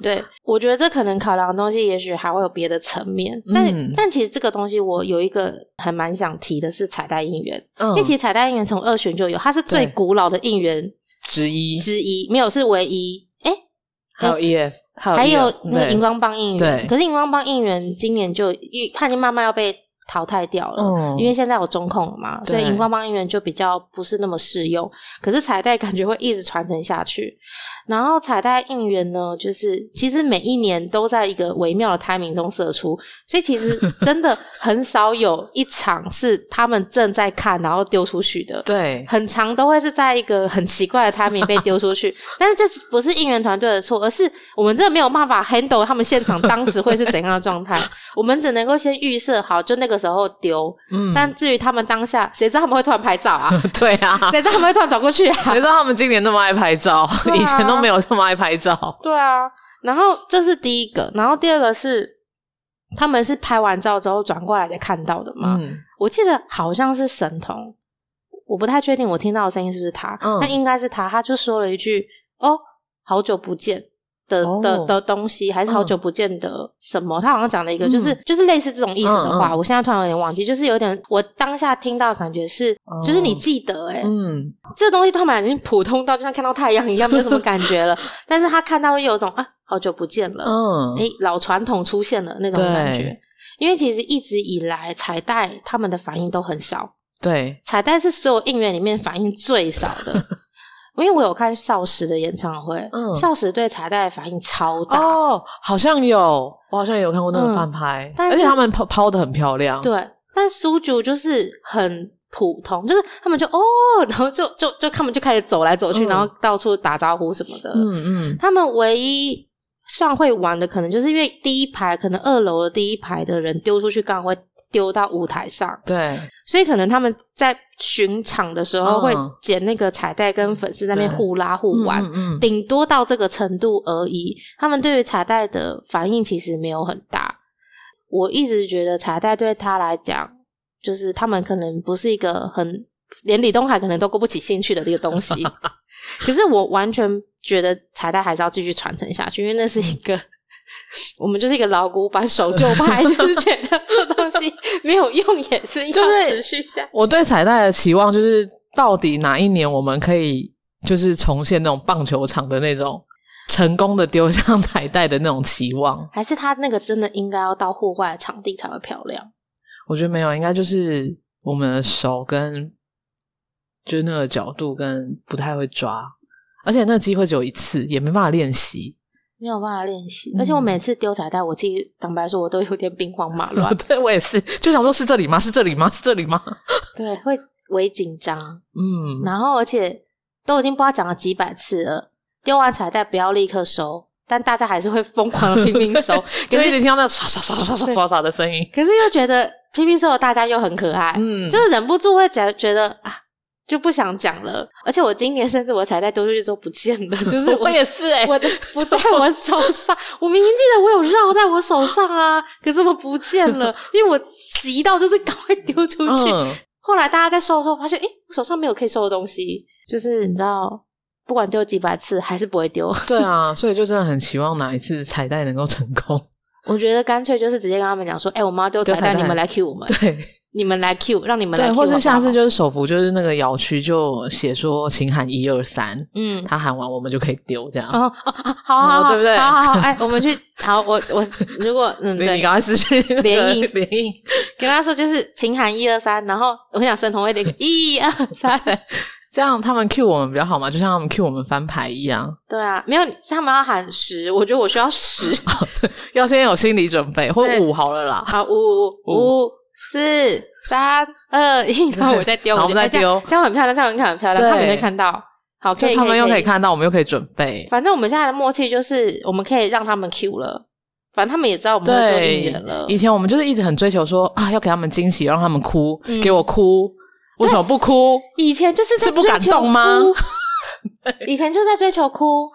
对，我觉得这可能考量的东西，也许还会有别的层面。但、
嗯
但其实这个东西，我有一个还蛮想提的是彩带应援，(laughs)
嗯
因为其实彩带应援从二选就有，它是最
对
古老的应援
嗯之一，
之一，没有是唯一。哎、
还有 EF，还有
还有
EF
那个
对
荧光棒应
对
援，可是荧光棒应援今年就一它已经慢慢要被淘汰掉了。
嗯，
因为现在有中控了嘛，所以
对
荧光棒应援就比较不是那么适用。可是彩带感觉会一直传承下去。然后彩带应援呢，就是其实每一年都在一个微妙的 timing 中射出，所以其实真的很少有一场是他们正在看然后丢出去的。
对
很长都会是在一个很奇怪的 timing 被丢出
(laughs)
去，但是这是不是应援团队的错，而是我们真的没有办法 handle 他们现场当时会是怎样的状态，我们只能够先预设好，就那个时候丢，
嗯，
但至于他们当下，谁知道他们会突然拍照啊？
(laughs)
(laughs)
对啊，
谁知道他们会突然走过去啊？
谁知道他们今年那么爱拍照，
对啊
以前都没有这么爱拍照。
(laughs) 对啊，然后这是第一个，然后第二个是他们是拍完照之后转过来才看到的嘛？
嗯，
我记得好像是神童，我不太确定我听到的声音是不是他，
嗯
但应该是他，他就说了一句：“哦，好久不见。”的
哦
的的东西，还是好久不见的什么？他好像讲了一个，就是
嗯
就是类似这种意思的
嗯
话，
嗯
我现在突然有点忘记，就是有点我当下听到的感觉是，就是你
哦
记得哎，
嗯，
这东西他们已经普通到就像看到太阳一样，没有什么感觉了。 (laughs) 但是他看到会有一种啊，好久不见了，
嗯，
诶、老传统出现了那种感觉
对。
因为其实一直以来彩带他们的反应都很少，
对，
彩带是所有应援里面反应最少的。 (laughs) 因为我有看少时的演唱会，
嗯
少时对彩带的反应超大，
哦，好像有，我好像有看过那个翻拍，
但是
嗯而且他们抛抛的很漂亮，，
对。但苏九就是很普通，就是他们就哦，然后就就就他们就开始走来走去，
嗯
然后到处打招呼什么的，
嗯嗯，
他们唯一算会玩的，可能就是因为第一排，可能二楼的第一排的人丢出去，刚好会丢到舞台上，
对，
所以可能他们在巡场的时候
嗯
会捡那个彩带，跟粉丝在那边
对
互拉互玩，
嗯嗯，
顶多到这个程度而已。他们对于彩带的反应其实没有很大。我一直觉得彩带对他来讲，就是他们可能不是一个很连李东海可能都勾不起兴趣的这个东
(laughs)
西。可是我完全觉得彩带还是要继续传承下去，因为那是一个。我们就是一个老古板守旧派，就是 (laughs) 觉得这东西没有用，也是要
就是
持续下去。
我对彩带的期望就是，到底哪一年我们可以就是重现那种棒球场的那种成功的丢向彩带的那种期望？
还是它那个真的应该要到户外的场地才会漂亮。
我觉得没有，应该就是我们的手跟就是那个角度跟不太会抓，而且那个机会只有一次，也没办法练习。
没有办法练习，
嗯
而且我每次丢彩带，我自己坦白说，我都有点兵荒马乱，
(laughs) 对我也是，就想说是这里吗？是这里吗？是这里吗？
对，会微紧张，
嗯，，
然后而且都已经不知道讲了几百次了，丢完彩带不要立刻收，但大家还是会疯狂的拼命收
(laughs)
可
就一直
是
听到那个刷刷刷刷刷刷刷的声音。
可是又觉得拼命收的大家又很可爱，
嗯，
哎就是忍不住会觉觉得啊。就不想讲了，而且我今年甚至我彩带丢出去之后不见
(laughs)
了，就是我
我也是哎、
我
(laughs)
的不在我手上，我明明记得我有绕在我手上啊，可是我不见了，因为我急到就是赶快丢出去。
嗯，
后来大家在收的时候发现，诶、我手上没有可以收的东西，就是你知道，不管丢几百次还是不会丢。
对啊，所以就真的很期望哪一次彩带能够成功。 (laughs)
我觉得干脆就是直接跟他们讲说，诶、我们要丢
丢
彩
彩
蛋，
蛋
你们来 cue 我们，
(laughs) 对
你们来 cue，让你们来 cue
对，
好不好。
或是下次就是手幅，就是那个摇区就写说，请喊一二三，
嗯。
他喊完我们就可以丢这样。
哦哦，哦好好
哦
好，
(laughs) 对不对
好好好，哎，我们去，好，我我如果
(laughs)
嗯，
你
对
你，赶快私去
联谊
联谊，
跟他说就是请喊一二三，然后我想神童会那个一二三，
这样他们 Q 我们比较好嘛，就像他们 Q 我们翻牌一样，
对啊，没有他们要喊十，我觉得我需要
(laughs)
十，
要先有心理准备，或
对
五好了啦。
好五五四三二一， (laughs) 然后我再丢，
(laughs) 然后我们再
哎这样
丢
这样很漂亮，这样很漂亮，
对
他们也会看到，好，可
就
以，
他们又可以
以，
看到，我们又可以准备。
反正我们现在的默契就是我们可以让他们 Q 了，反正他们也知道我们会做应援了
以，前我们就是一直很追求说啊，要给他们惊喜，让他们哭，
嗯
给我哭，为什么不哭？
以前就是在
是不敢
追求
动吗 (laughs)
哭？以前就在追求哭，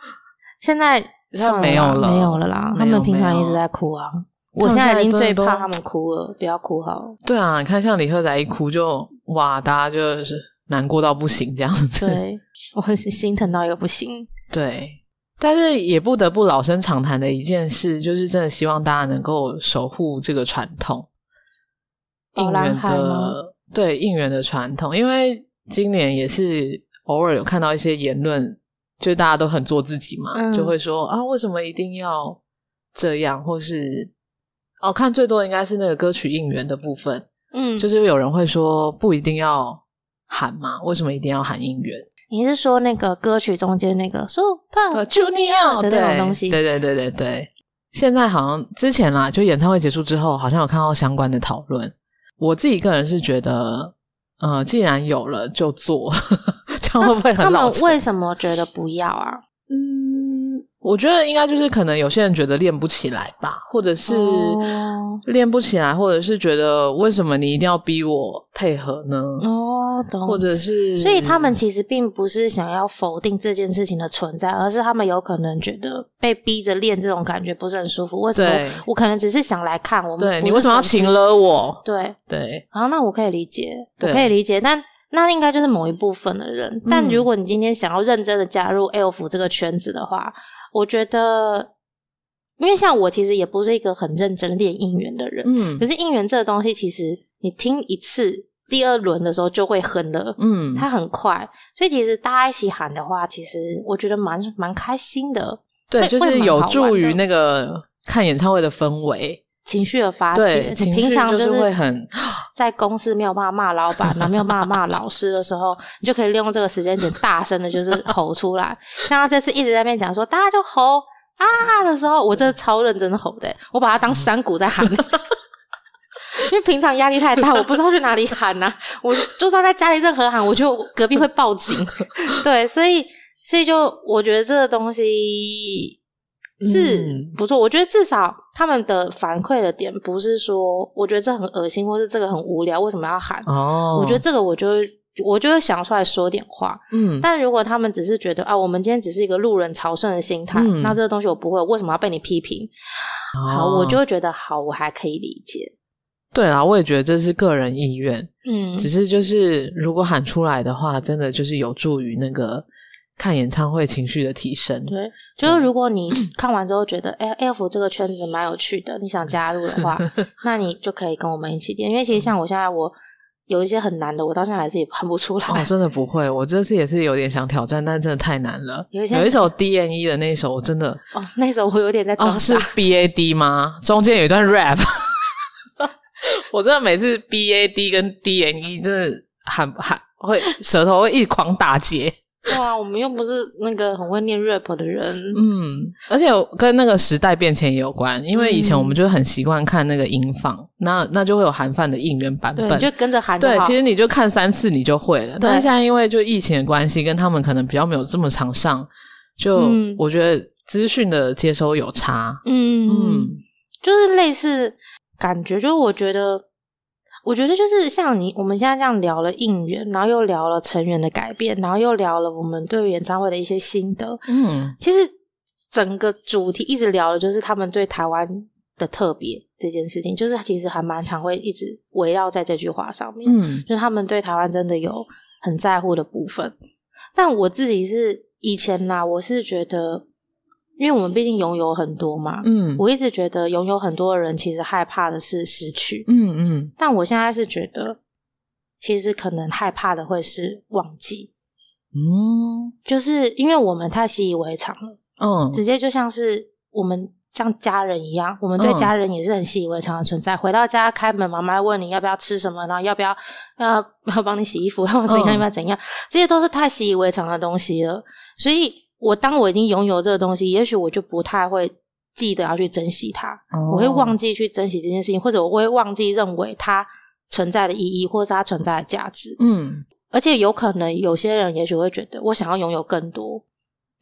现在
现在没有
算
了
啦没有了啦。他
没有
们平常
没有
一直在哭啊，
他
(laughs) 我
们
现在已经
现在
最
真的
怕
都
他们哭了，不要哭好了。
对啊，你看像李赫宰一哭就哇，大家就是难过到不行这样子。
对，我很心疼到一个不行。
对，但是也不得不老生常谈的一件事，就是真的希望大家能够守护这个传统，应
包揽
援
海吗
的对应援的传统，因为今年也是偶尔有看到一些言论，就大家都很做自己嘛，
嗯
就会说啊，为什么一定要这样，或是哦，看最多的应该是那个歌曲应援的部分，
嗯，
就是有人会说不一定要喊嘛，为什么一定要喊应援？
你是说那个歌曲中间那个说胖
呃，祝你好
的那种东西
对对对对对。现在好像之前啦，就演唱会结束之后，好像有看到相关的讨论。我自己个人是觉得，呃，既然有了就做， (laughs) 这样会不会
啊他
很老
们
气？
为什么觉得不要啊？
嗯，我觉得应该就是可能有些人觉得练不起来吧，或者是
哦
练不起来，或者是觉得为什么你一定要逼我配合呢？
哦，懂。
或者是，
所以他们其实并不是想要否定这件事情的存在，而是他们有可能觉得被逼着练这种感觉不是很舒服。为什
对
么我可能只是想来看？我们
对
不
你
是
为什么要
粉丝
请？了我？
对，
对，
好，那我可以理解，我
对
可以理解，但那应该就是某一部分的人。但
嗯
如果你今天想要认真的加入 elf 这个圈子的话，我觉得，因为像我其实也不是一个很认真练应援的人，
嗯
可是应援这个东西，其实你听一次，第二轮的时候就会哼了。
嗯，
它很快，所以其实大家一起喊的话，其实我觉得蛮蛮开心的，
对，
会
就
会
是
蛮
有
好玩
助
的
于那个看演唱会的氛围，
情绪的发泄。
对情
你
绪
平常
就是会很
在公司没有办法骂老板，然后没有办法骂老师的时候，你就可以利用这个时间点大声的，就是吼出来。像他这次一直在那边讲说，大家就吼啊的时候，我真的超认真地吼的欸、我把它当山谷在喊。 (laughs) 因为平常压力太大，我不知道去哪里喊呐、我就算在家里任何喊，我觉得我隔壁会报警。 (laughs) 对，所以所以就我觉得这个东西是
嗯
不错。我觉得至少他们的反馈的点不是说我觉得这很恶心，或是这个很无聊，为什么要喊？
哦，
我觉得这个我就会我就会想出来说点话。
嗯，
但如果他们只是觉得啊，我们今天只是一个路人朝圣的心态，
嗯
那这个东西我不会，为什么要被你批评？好，
哦
我就会觉得好，我还可以理解。
对啦，我也觉得这是个人意愿，
嗯
只是就是如果喊出来的话，真的就是有助于那个看演唱会情绪的提升。
对，
嗯
就是如果
(laughs)
你看完之后觉得，哎、f 这个圈子蛮有趣的，你想加入的
(laughs)
话，那你就可以跟我们一起练。因为其实像我现在，我有一些很难的，我到现在还是也判不出来。
哦，真的不会，我这次也是有点想挑战，但真的太难了。
有一些
有一首 D N E 的那一首，我真的
哦，那时候我有点在装
哦
傻。
是 B A D 吗？中间有一段
(laughs)
rap，我真的每次 B A D 跟 D N E 真的喊喊会舌头会一直狂打结。
对啊，我们又不是那个很会念 rap 的人。
嗯，而且跟那个时代变迁也有关，因为以前我
嗯
们就很习惯看那个英放，那那就会有韩范的应援版
对，
本
你。就跟着喊就
对，
好
其实你就看三次你就会了。但是现在因为就疫情的关系，跟他们可能比较没有这么常上，就
嗯
我觉得资讯的接收有差。
嗯，
嗯
就是类似感觉，就是我觉得，我觉得就是像你我们现在这样聊了应援，然后又聊了成员的改变，然后又聊了我们对于演唱会的一些心得。
嗯，
其实整个主题一直聊的就是他们对台湾的特别这件事情，就是其实还蛮常会一直围绕在这句话上面，
嗯
就是他们对台湾真的有很在乎的部分。但我自己是以前啦，我是觉得，因为我们毕竟拥有很多嘛，
嗯
我一直觉得拥有很多的人其实害怕的是失去，
嗯嗯
但我现在是觉得，其实可能害怕的会是忘记，
嗯
就是因为我们太习以为常了。
嗯
直接就像是我们像家人一样，我们对
嗯
家人也是很习以为常的存在。回到家开门，妈妈问你要不要吃什么，然后要不要要要帮你洗衣服，要不 (laughs) 要怎样，
嗯
要不要怎样，这些都是太习以为常的东西了。所以，我当我已经拥有这个东西，也许我就不太会记得要去珍惜它，
哦
我会忘
记。
记去珍惜这件事情，或者我会忘记认为它存在的意义，或是它存在的价值。 (gasps)
嗯
而且有可能有些人也许会觉得，我想要拥有更多，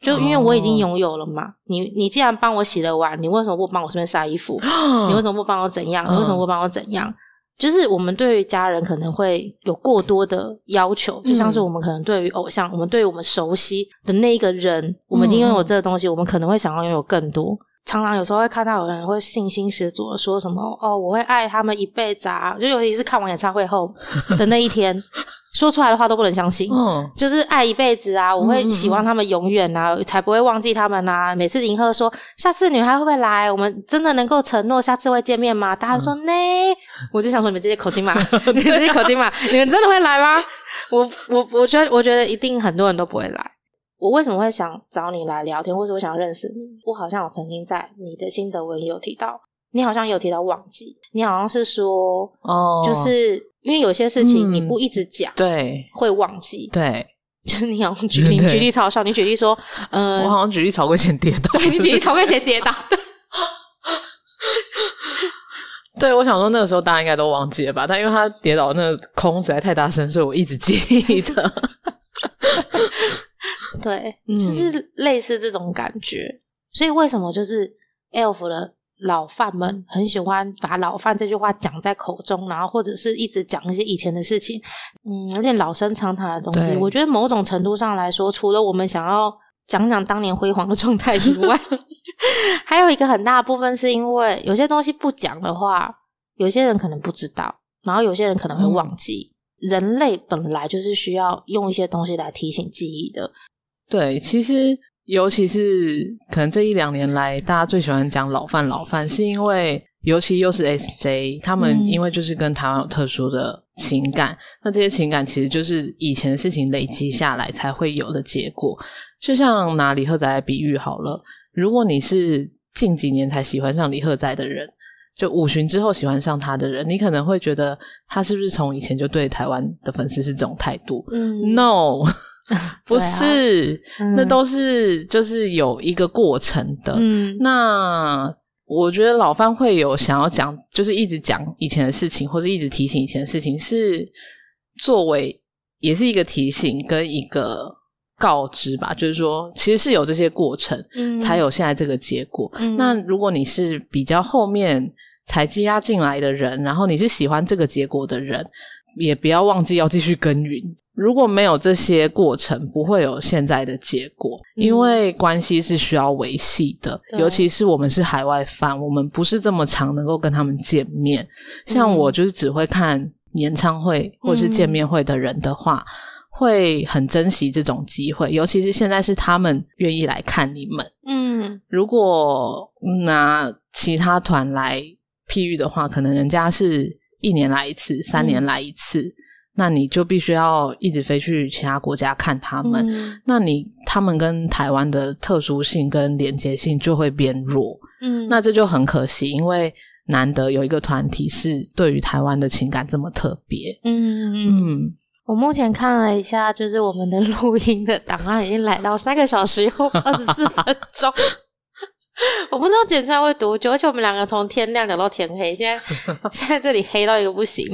就因为我已经拥有了嘛。你你既然帮我洗了碗，你为什么不帮我顺便晒衣服？你为
嗯
什么不帮我怎样？你为什么不帮我怎样？就是我们对于家人可能会有过多的要求，就像是我们可能对于偶像，我们对于我们熟悉的那一个人，我们已经拥有这个东西，我们可能会想要拥有更多。常常有时候会看到有人会信心十足的说什么哦，我会爱他们一辈子啊！就尤其是看完演唱会后的那一天，说出来的话都不能相信。
嗯
就是爱一辈子啊，我
嗯嗯
会
嗯
喜欢他们永远啊，才不会忘记他们啊。每次迎鹤说下次女孩会不会来，我们真的能够承诺下次会见面吗？大家
嗯
说呢，我就想说你们这些口
(laughs)
金马，你们这些口金马，你们真的会来吗？我我我觉得我觉得一定很多人都不会来。我为什么会想找你来聊天，或是我想认识你？我好像有曾经在你的心得文也有提到，你好像有提到忘记，你好像是说，
哦，
就是因为有些事情你
嗯
不一直讲。
对
会忘记，
对，
就是你好像举你
对
举例超好笑，你举例
(laughs)
说，
我
呃，
好像举例超过前跌倒，
对你举例超快先跌倒，对，
对，我想说那个时候大家应该都忘记了吧，但因为他跌倒那个空实在太大声，所以我一直记得。
对，
嗯
就是类似这种感觉。所以为什么就是 elf 的老范们很喜欢把“老范”这句话讲在口中，然后或者是一直讲一些以前的事情，嗯，有点老生常谈的东西。
对
我觉得某种程度上来说，除了我们想要讲讲当年辉煌的状态以外， (laughs) 还有一个很大的部分是因为有些东西不讲的话，有些人可能不知道，然后有些人可能会
嗯
忘记。人类本来就是需要用一些东西来提醒记忆的，
对，其实尤其是可能这一两年来，大家最喜欢讲老范老范，是因为尤其又是 SJ，他们
嗯
因为就是跟台湾有特殊的情感，那这些情感其实就是以前的事情累积下来才会有的结果。就像拿李赫宰来比喻好了，如果你是近几年才喜欢上李赫宰的人。就五旬之后喜欢上他的人，你可能会觉得他是不是从以前就对台湾的粉丝是这种态度？
嗯
No，不
(laughs) 对啊
是，
嗯
那都是就是有一个过程的。
嗯
那我觉得老范会有想要讲，就是一直讲以前的事情，或是一直提醒以前的事情，是作为也是一个提醒跟一个告知吧，就是说其实是有这些过程，
嗯
才有现在这个结果。
嗯
那如果你是比较后面才积压进来的人，然后你是喜欢这个结果的人，也不要忘记要继续耕耘。如果没有这些过程，不会有现在的结果，因为关系是需要维系的。
嗯对
尤其是我们是海外fan，我们不是这么常能够跟他们见面。
嗯
像我就是只会看演唱会或是见面会的人的
嗯
话，会很珍惜这种机会，尤其是现在是他们愿意来看你们。
嗯，
如果嗯拿其他团来譬喻的话，可能人家是一年来一次，三年来一次，
嗯
那你就必须要一直飞去其他国家看他们。
嗯
那你他们跟台湾的特殊性跟连结性就会变弱，
嗯，
那这就很可惜，因为难得有一个团体是对于台湾的情感这么特别。
嗯嗯嗯，
嗯，
我目前看了一下，就是我们的录音的档案已经来到三个小
(laughs)
时又二十四分钟。我不知道剪出来会多久，而且我们两个从天亮聊到天黑，现
(laughs)
在现在这里黑到一个不行，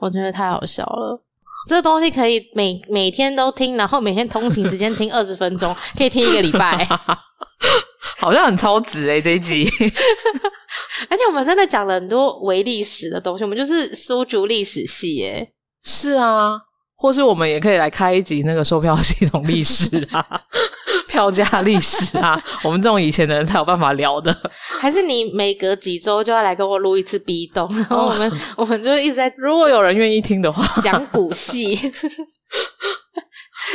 我觉得太好笑了。这个东西可以每每天都听，然后每天通勤时间听二十分钟，可以听一个礼拜。
好像很超值欸诶、这一集。
而且我们真的讲了很多唯历史的东西，我们就是苏竹历史系耶。
是啊，或是我们也可以来开一集那个售票系统历史啊， (laughs) 票价历史啊，我们这种以前的人才有办法聊的。
还是你每隔几周就要来跟我录一次 B 动，然后我们、
哦
我们就一直在
如果有人愿意听的话，
讲古戏。 (laughs)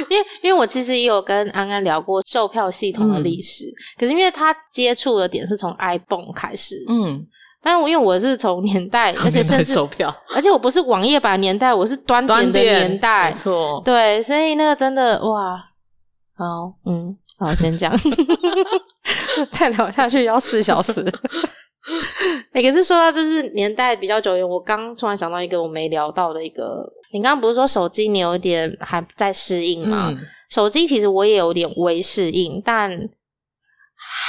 因为因为我其实也有跟安安聊过售票系统
嗯
的历史，可是因为他接触的点是从 iPhone 开始，
嗯，
但我因为我是从年代，而且甚至
售票
而且我不是网页版年代，我是端
端
点的
点
年代
没，错，
对，所以那个真的哇，好，嗯，好，先讲， (laughs) 再聊下去要四小时。哎、可是说到就是年代比较久远，我刚突然想到一个我没聊到的一个，你刚刚不是说手机你有点还在适应吗？
嗯，
手机其实我也有点微适应，但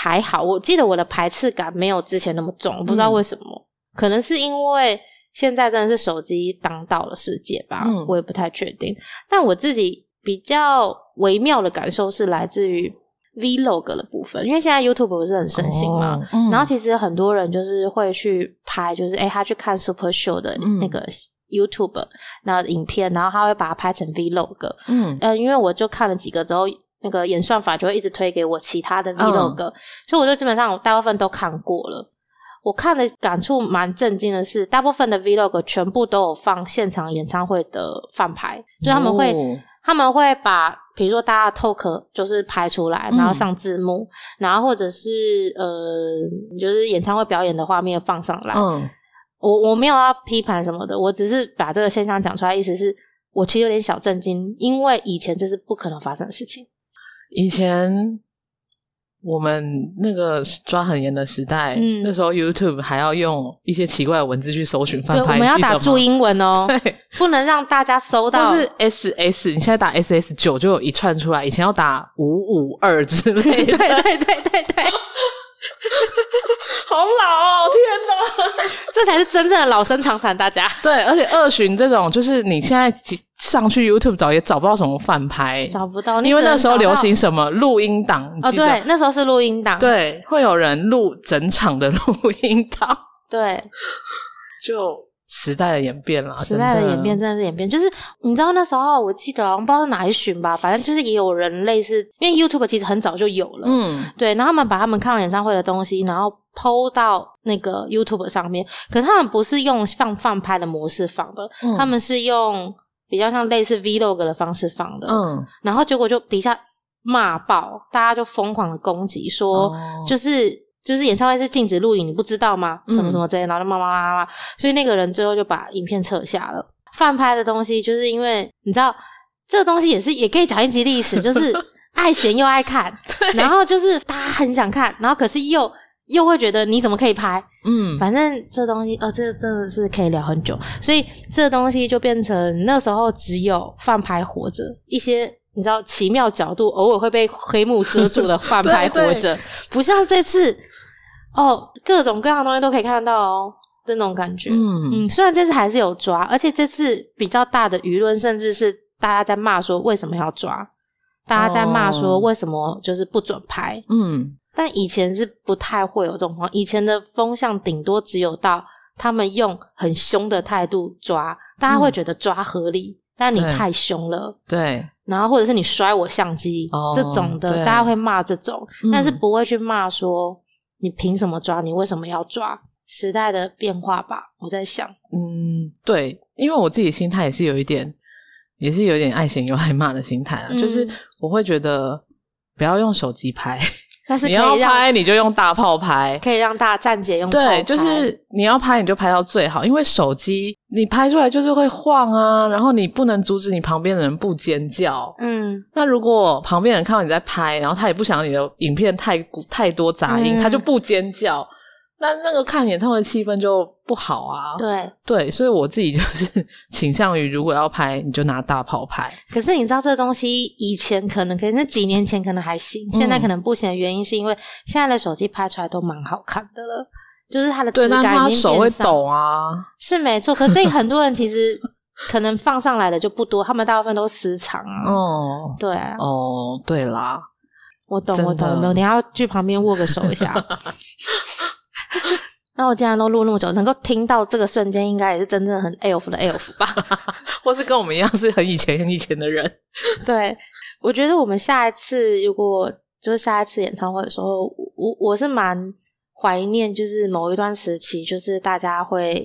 还好，我记得我的排斥感没有之前那么重，我不
嗯
知道为什么，可能是因为现在真的是手机当道的世界吧，
嗯
我也不太确定。但我自己比较微妙的感受是来自于 Vlog 的部分，因为现在 YouTube 不是很盛行嘛，
哦，嗯
然后其实很多人就是会去拍，就是诶他去看 Super Show 的
嗯
那个 YouTube 那影片，然后他会把它拍成 Vlog。
嗯
呃，因为我就看了几个之后，那个演算法就会一直推给我其他的 vlog，、所以我就基本上大部分都看过了。我看的感触蛮震惊的是，大部分的 vlog 全部都有放现场演唱会的饭牌，就是他们会、
哦
他们会把比如说大家的 talk 就是拍出来，然后上字幕，然后或者是呃，就是演唱会表演的画面放上来。
嗯
我我没有要批判什么的，我只是把这个现象讲出来，意思是我其实有点小震惊，因为以前这是不可能发生的事情。
以前。我们那个抓很严的时代，
嗯
那时候 YouTube 还要用一些奇怪的文字去搜寻翻
对，
拍，
我们要
记得
打
吗
注，英文哦，
(laughs) 对，
不能让大家搜到。
但是 S S，你现在打 S S 九就有一串出来，以前要打五五二之类
对 (laughs)
的，
对对对对，
(laughs) 好老哦，天哪！
(laughs) 这才是真正的老生常谈，大家
对，而且二巡这种，就是你现在其上去 YouTube 找也找不到什么反拍，
找不到，你
因为
只能
那时候
找到
流行什么录音档，你
哦，
记得
对，那时候是录音档，
对，会有人录整场的 (laughs) 录音档，
对，
啊就时代的演变啦，
时代的
真
演变真的是演变，就是你知道那时候我记得好像不知道是哪一群吧，反正就是也有人类似，因为 YouTube 其实很早就有了，
嗯，
对，然后他们把他们看完演唱会的东西，然后抛到那个 YouTube 上面。可是他们不是用放放拍的模式放的，
嗯
他们是用比较像类似 Vlog 的方式放的。
嗯
然后结果就底下骂爆，大家就疯狂的攻击说，
哦
就是就是演唱会是禁止录影，你不知道吗？什么什么之类的，然后就骂骂骂骂骂，所以那个人最后就把影片撤下了。翻拍的东西，就是因为你知道这个东西也是也可以讲一集历史，就是爱闲又爱看，然后就是大家很想看，然后可是又又会觉得你怎么可以拍？
嗯
反正这东西，哦，这真的是可以聊很久，所以这东西就变成那时候只有饭牌活着，一些你知道奇妙角度偶尔会被黑幕遮住的饭牌
对
活
对
着，不像这次哦，各种各样的东西都可以看到哦，那种感觉。
嗯
嗯，虽然这次还是有抓，而且这次比较大的舆论甚至是大家在骂说为什么要抓，大家在骂说
哦
为什么就是不准拍，
嗯
但以前是不太会有这种况，以前的风向顶多只有到他们用很凶的态度抓，大家会觉得抓合理，但你
嗯对
太凶了，
对，
然后或者是你摔我相机、
哦
这种的，
对
大家会骂这种，
嗯
但是不会去骂说你凭什么抓，你为什么要抓？时代的变化吧，我在想，
嗯，对，因为我自己心态也是有一点，也是有一点爱嫌又爱骂的心态啊，就是
嗯
我会觉得不要用手机拍， (laughs)
但是可
你要
以让
拍你就用大炮拍。
可以让大家站姐用
对，
炮
就
拍
是你要拍你就拍到最好，因为手机你拍出来就是会晃啊，然后你不能阻止你旁边的人不尖叫。
嗯，
那如果旁边人看到你在拍，然后他也不想你的影片太太多杂音，
嗯
他就不尖叫，那那个看演唱会的气氛就不好啊。
对。
对，所以我自己就是 (laughs) 倾向于，如果要拍，你就拿大炮拍。
可是你知道这东西以前可能，可能是几年前可能还行，现
嗯
在可能不行的原因是因为现在的手机拍出来都蛮好看的了，就是它的
对，
质
但
感
他
已经
手会
变上
抖啊。
是没错。可所以很多人其
(laughs)
实可能放上来的就不多，他们大部分都私藏啊。
哦
对啊，
哦，对啦，
我懂
真，的
我懂，我懂。你要去旁边握个手一
(laughs)
下。那我既然都录那么久，能够听到这个瞬间，应该也是真正很 elf 的 elf 吧？
或是跟我们一样是很以前很以前的人。
对，我觉得我们下一次如果就是下一次演唱会的时候，我我我是蛮怀念，就是某一段时期，就是大家会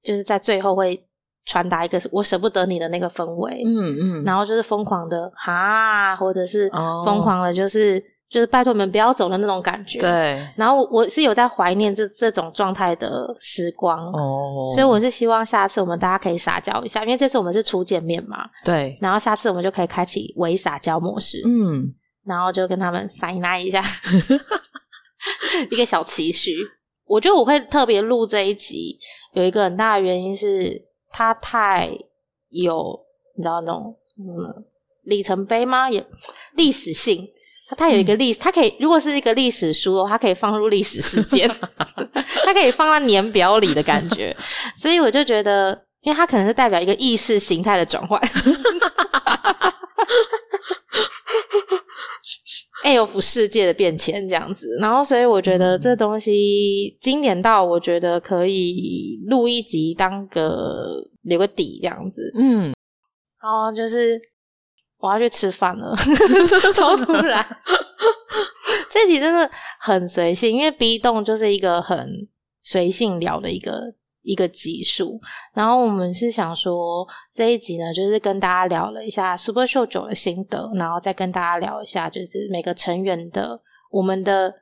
就是在最后会传达一个我舍不得你的那个氛围，
嗯嗯，
然后就是疯狂的哈，或者是
哦
疯狂的，就是、就是拜托你们不要走的那种感觉。。
对，
然后我我是有在怀念这这种状态的时光，
哦，
所以我是希望下次我们大家可以撒娇一下，因为这次我们是初见面嘛，
对，
然后下次我们就可以开启微撒娇模式，
嗯，
然后就跟他们撒奶一下， (laughs) 一个小期许。我觉得我会特别录这一集，有一个很大的原因是它太有你知道那种嗯里程碑吗？也历史性。它太有一个历，它可以如果是一个历史书哦的话，它可以放入历史事件， (laughs) 它可以放到年表里的感觉，所以我就觉得，因为它可能是代表一个意识形态的转换。AF 哎世界的变迁这样子，然后所以我觉得这东西经典到我觉得可以录一集当个留个底这样子，
嗯，
然后就是我要去吃饭了， (laughs) 超突然。这集真的很随性，因为 B 栋就是一个很随性聊的一个一个集数。然后我们是想说这一集呢，就是跟大家聊了一下 Super Show 九的心得，然后再跟大家聊一下就是每个成员的我们的。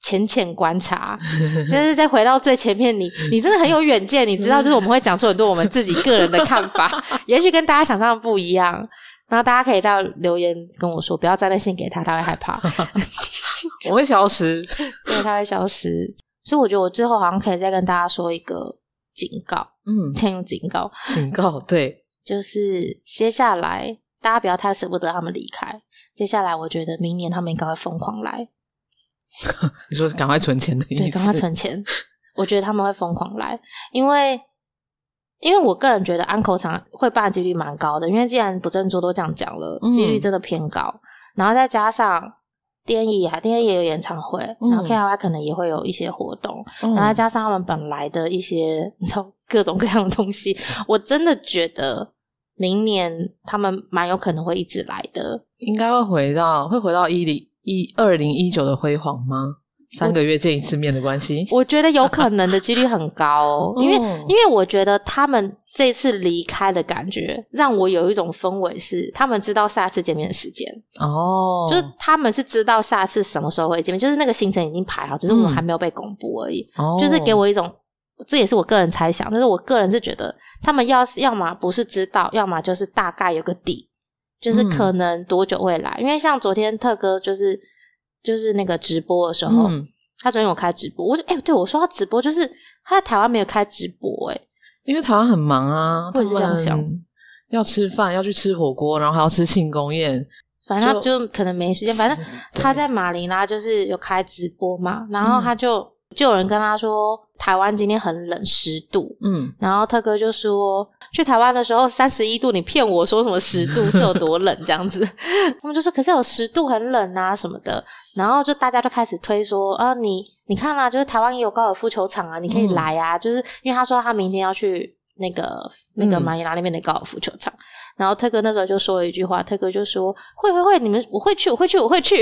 浅浅观察，
(laughs) 嗯
但是再回到最前面你，你真的很有远见，你知道，就是我们会讲出很多我们自己个人的看法，也许跟大家想象的不一样。然后大家可以到留言跟我说，不要再那信给他，他会害怕。
我会消失。
因为它会消失。所以我觉得我最后好像可以再跟大家说一个警告，
嗯，
欠用警告，
警告，对，
就是接下来大家不要太舍不得他们离开。接下来我觉得明年他们应该会疯狂来，
你说赶快存钱的意思，
对，赶快存钱。我觉得他们会疯狂来，因为因为我个人觉得安口场会办的几率蛮高的，因为既然不正桌都这样讲了
嗯，
几率真的偏高。然后再加上电影啊，电影也有演唱会，然后
嗯
K Y 可能也会有一些活动，
嗯，
然后再加上他们本来的一些，你知道各种各样的东西，我真的觉得明年他们蛮有可能会一直来的。
应该会回到会回到一零一二零一九的辉煌吗？三个月见一次面的关系，
我觉得有可能的几率很高
(laughs)
哦、因为
嗯
因为我觉得他们这次离开的感觉，让我有一种氛围是他们知道下次见面的时间，
哦，
就是他们是知道下次什么时候会见面，就是那个行程已经排好，只是我们
嗯
还没有被公布而已。
哦
就是给我一种，这也是我个人猜想，但是我个人是觉得他们要是要么不是知道，要么就是大概有个底，就是
嗯
可能多久会来。因为像昨天特哥就是就是那个直播的时候，
嗯，
他昨天有开直播，我就哎、对我说他直播就是他在台湾没有开直播、哎，
因为台湾很忙啊，
我也是这样想
他们要吃饭，要去吃火锅，然后还要吃庆功宴，
反正他就可能没时间，反正他在马尼拉就是有开直播嘛，然后他就、就有人跟他说台湾今天很冷，十度，
嗯，
然后特哥就说，去台湾的时候三十一度，你骗我说什么十度是有多冷这样子？ (laughs) 他们就说，可是有十度很冷啊什么的。然后就大家就开始推说，啊，你你看啦、就是台湾也有高尔夫球场啊，你可以来啊。就是因为他说他明天要去那个那个
嗯
马尼拉那边的高尔夫球场。然后特哥那时候就说了一句话，特哥就说会会会，你们我会去，我会去，我 (laughs) 会去，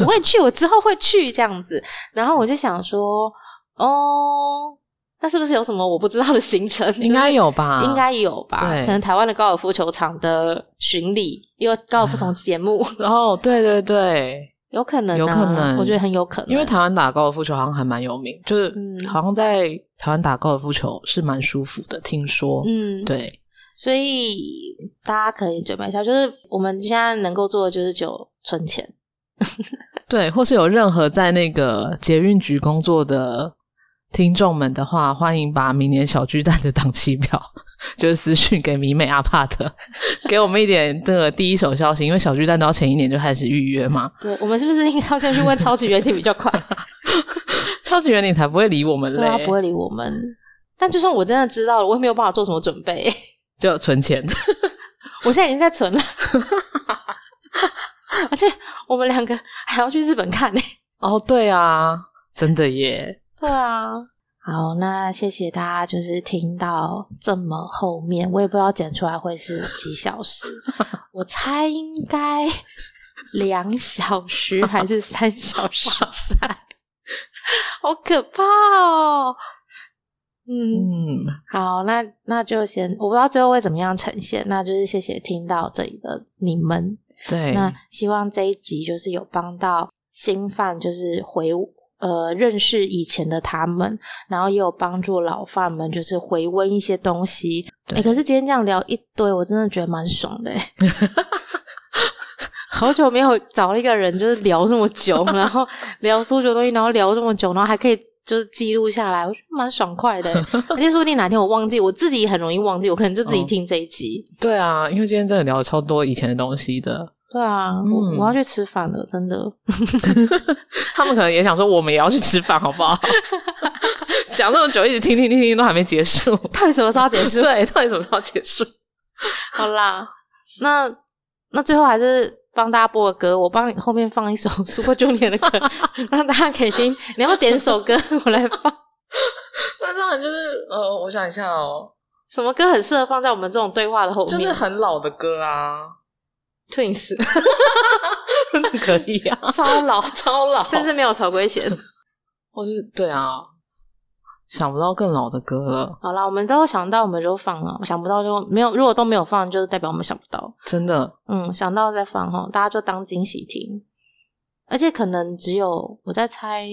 我会去，我之后会去这样子。然后我就想说，哦，那是不是有什么我不知道的行程？ (laughs)
应该有吧？
应该有吧？
对
可能台湾的高尔夫球场的巡礼，因为高尔
啊
夫球节
(laughs)
目、
哦，对对对，
有可能、啊，
有可能
我觉得很有可能，
因为台湾打高尔夫球好像还蛮有名，就是
嗯
好像在台湾打高尔夫球是蛮舒服的，听说。
嗯，
对，
所以大家可以准备一下，就是我们现在能够做的就是就存钱，
对，或是有任何在那个捷运局工作的听众们的话，欢迎把明年小巨蛋的档期表 (laughs) 就是私讯给迷妹阿帕特， (laughs) 给我们一点这个第一手消息，因为小巨蛋都要前一年就开始预约嘛，
对我们是不是应该要先去问超级园体比较
(laughs)
快？
超级园林才不会理我们嘞，
对啊，不会理我们。但就算我真的知道了，我也没有办法做什么准备。
就存钱。 (laughs)
我现在已经在存了， (laughs) 而且我们两个还要去日本看呢、
哦，对啊，真的耶，
对啊，好，那谢谢大家，就是听到这么后面，我也不知道剪出来会是几小 (laughs) 时，我猜应该两小时还是三小时塞， (laughs) 好可怕哦。嗯，
嗯，
好，那那就先，我不知道最后会怎么样呈现，那就是谢谢听到这里的你们，
对，
那希望这一集就是有帮到新犯，就是回呃认识以前的他们，然后也有帮助老犯们，就是回温一些东西。哎、
对
可是今天这样聊一堆，我真的觉得蛮爽的、欸。 (laughs) 好久没有找了一个人，就是聊这么久，然后聊苏九东西，然后聊这么久，然后还可以就是记录下来，我觉得蛮爽快
(laughs)
的欸、而且说不定哪天我忘记，我自己也很容易忘记，我可能就自己
嗯
听这一集。
对啊，因为今天真的聊了超多以前的东西的，
对啊，
嗯
我我要去吃饭了，真的。
他们可能也想说我们也要去吃饭，好不好？ (laughs) 讲那么久，一直听听听听，都还没结束。
到底什么时候要结束？
对，到底什么时候结束？
好啦，那那最后还是帮大家播个歌，我帮你后面放一首 (laughs) Super Junior 的歌， (laughs) 让大家可以听。你要点首歌，我来放。
(laughs) 那当然就是呃，我想一下哦，
(laughs) 什么歌很适合放在我们这种对话的后面？
就是很老的歌啊，
Twins，
(laughs)
(laughs)
可以啊，
超 (laughs) 老，
超老，
甚至没有曹圭贤。
我是对啊，想不到更老的歌了，
好啦，我们都想到我们就放啊，想不到就没有。如果都没有放，就是代表我们想不到。
真的。
嗯，想到再放哈，大家就当惊喜听。而且可能只有我在猜，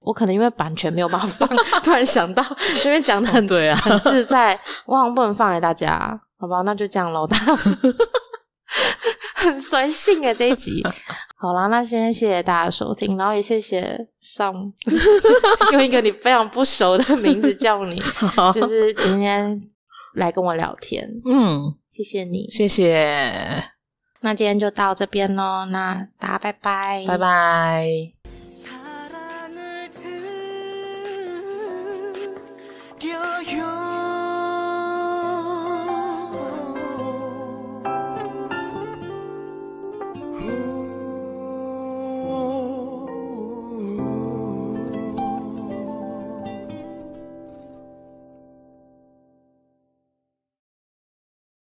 我可能因为版权没有办法放， (laughs) 突然想到那边讲的很
对 (laughs) 啊，
很自在，我好像不能放给大家，好吧？那就这样喽，大家 (laughs) 很随性诶、这一集。好啦，那先谢谢大家收听，然后也谢谢 Sam (laughs) 用一个你非常不熟的名字叫
(laughs)
你，就是今天来跟我聊天，
嗯，
谢谢你。
谢谢，
那今天就到这边喽，那大家拜拜，
拜。拜。
사랑을 들려요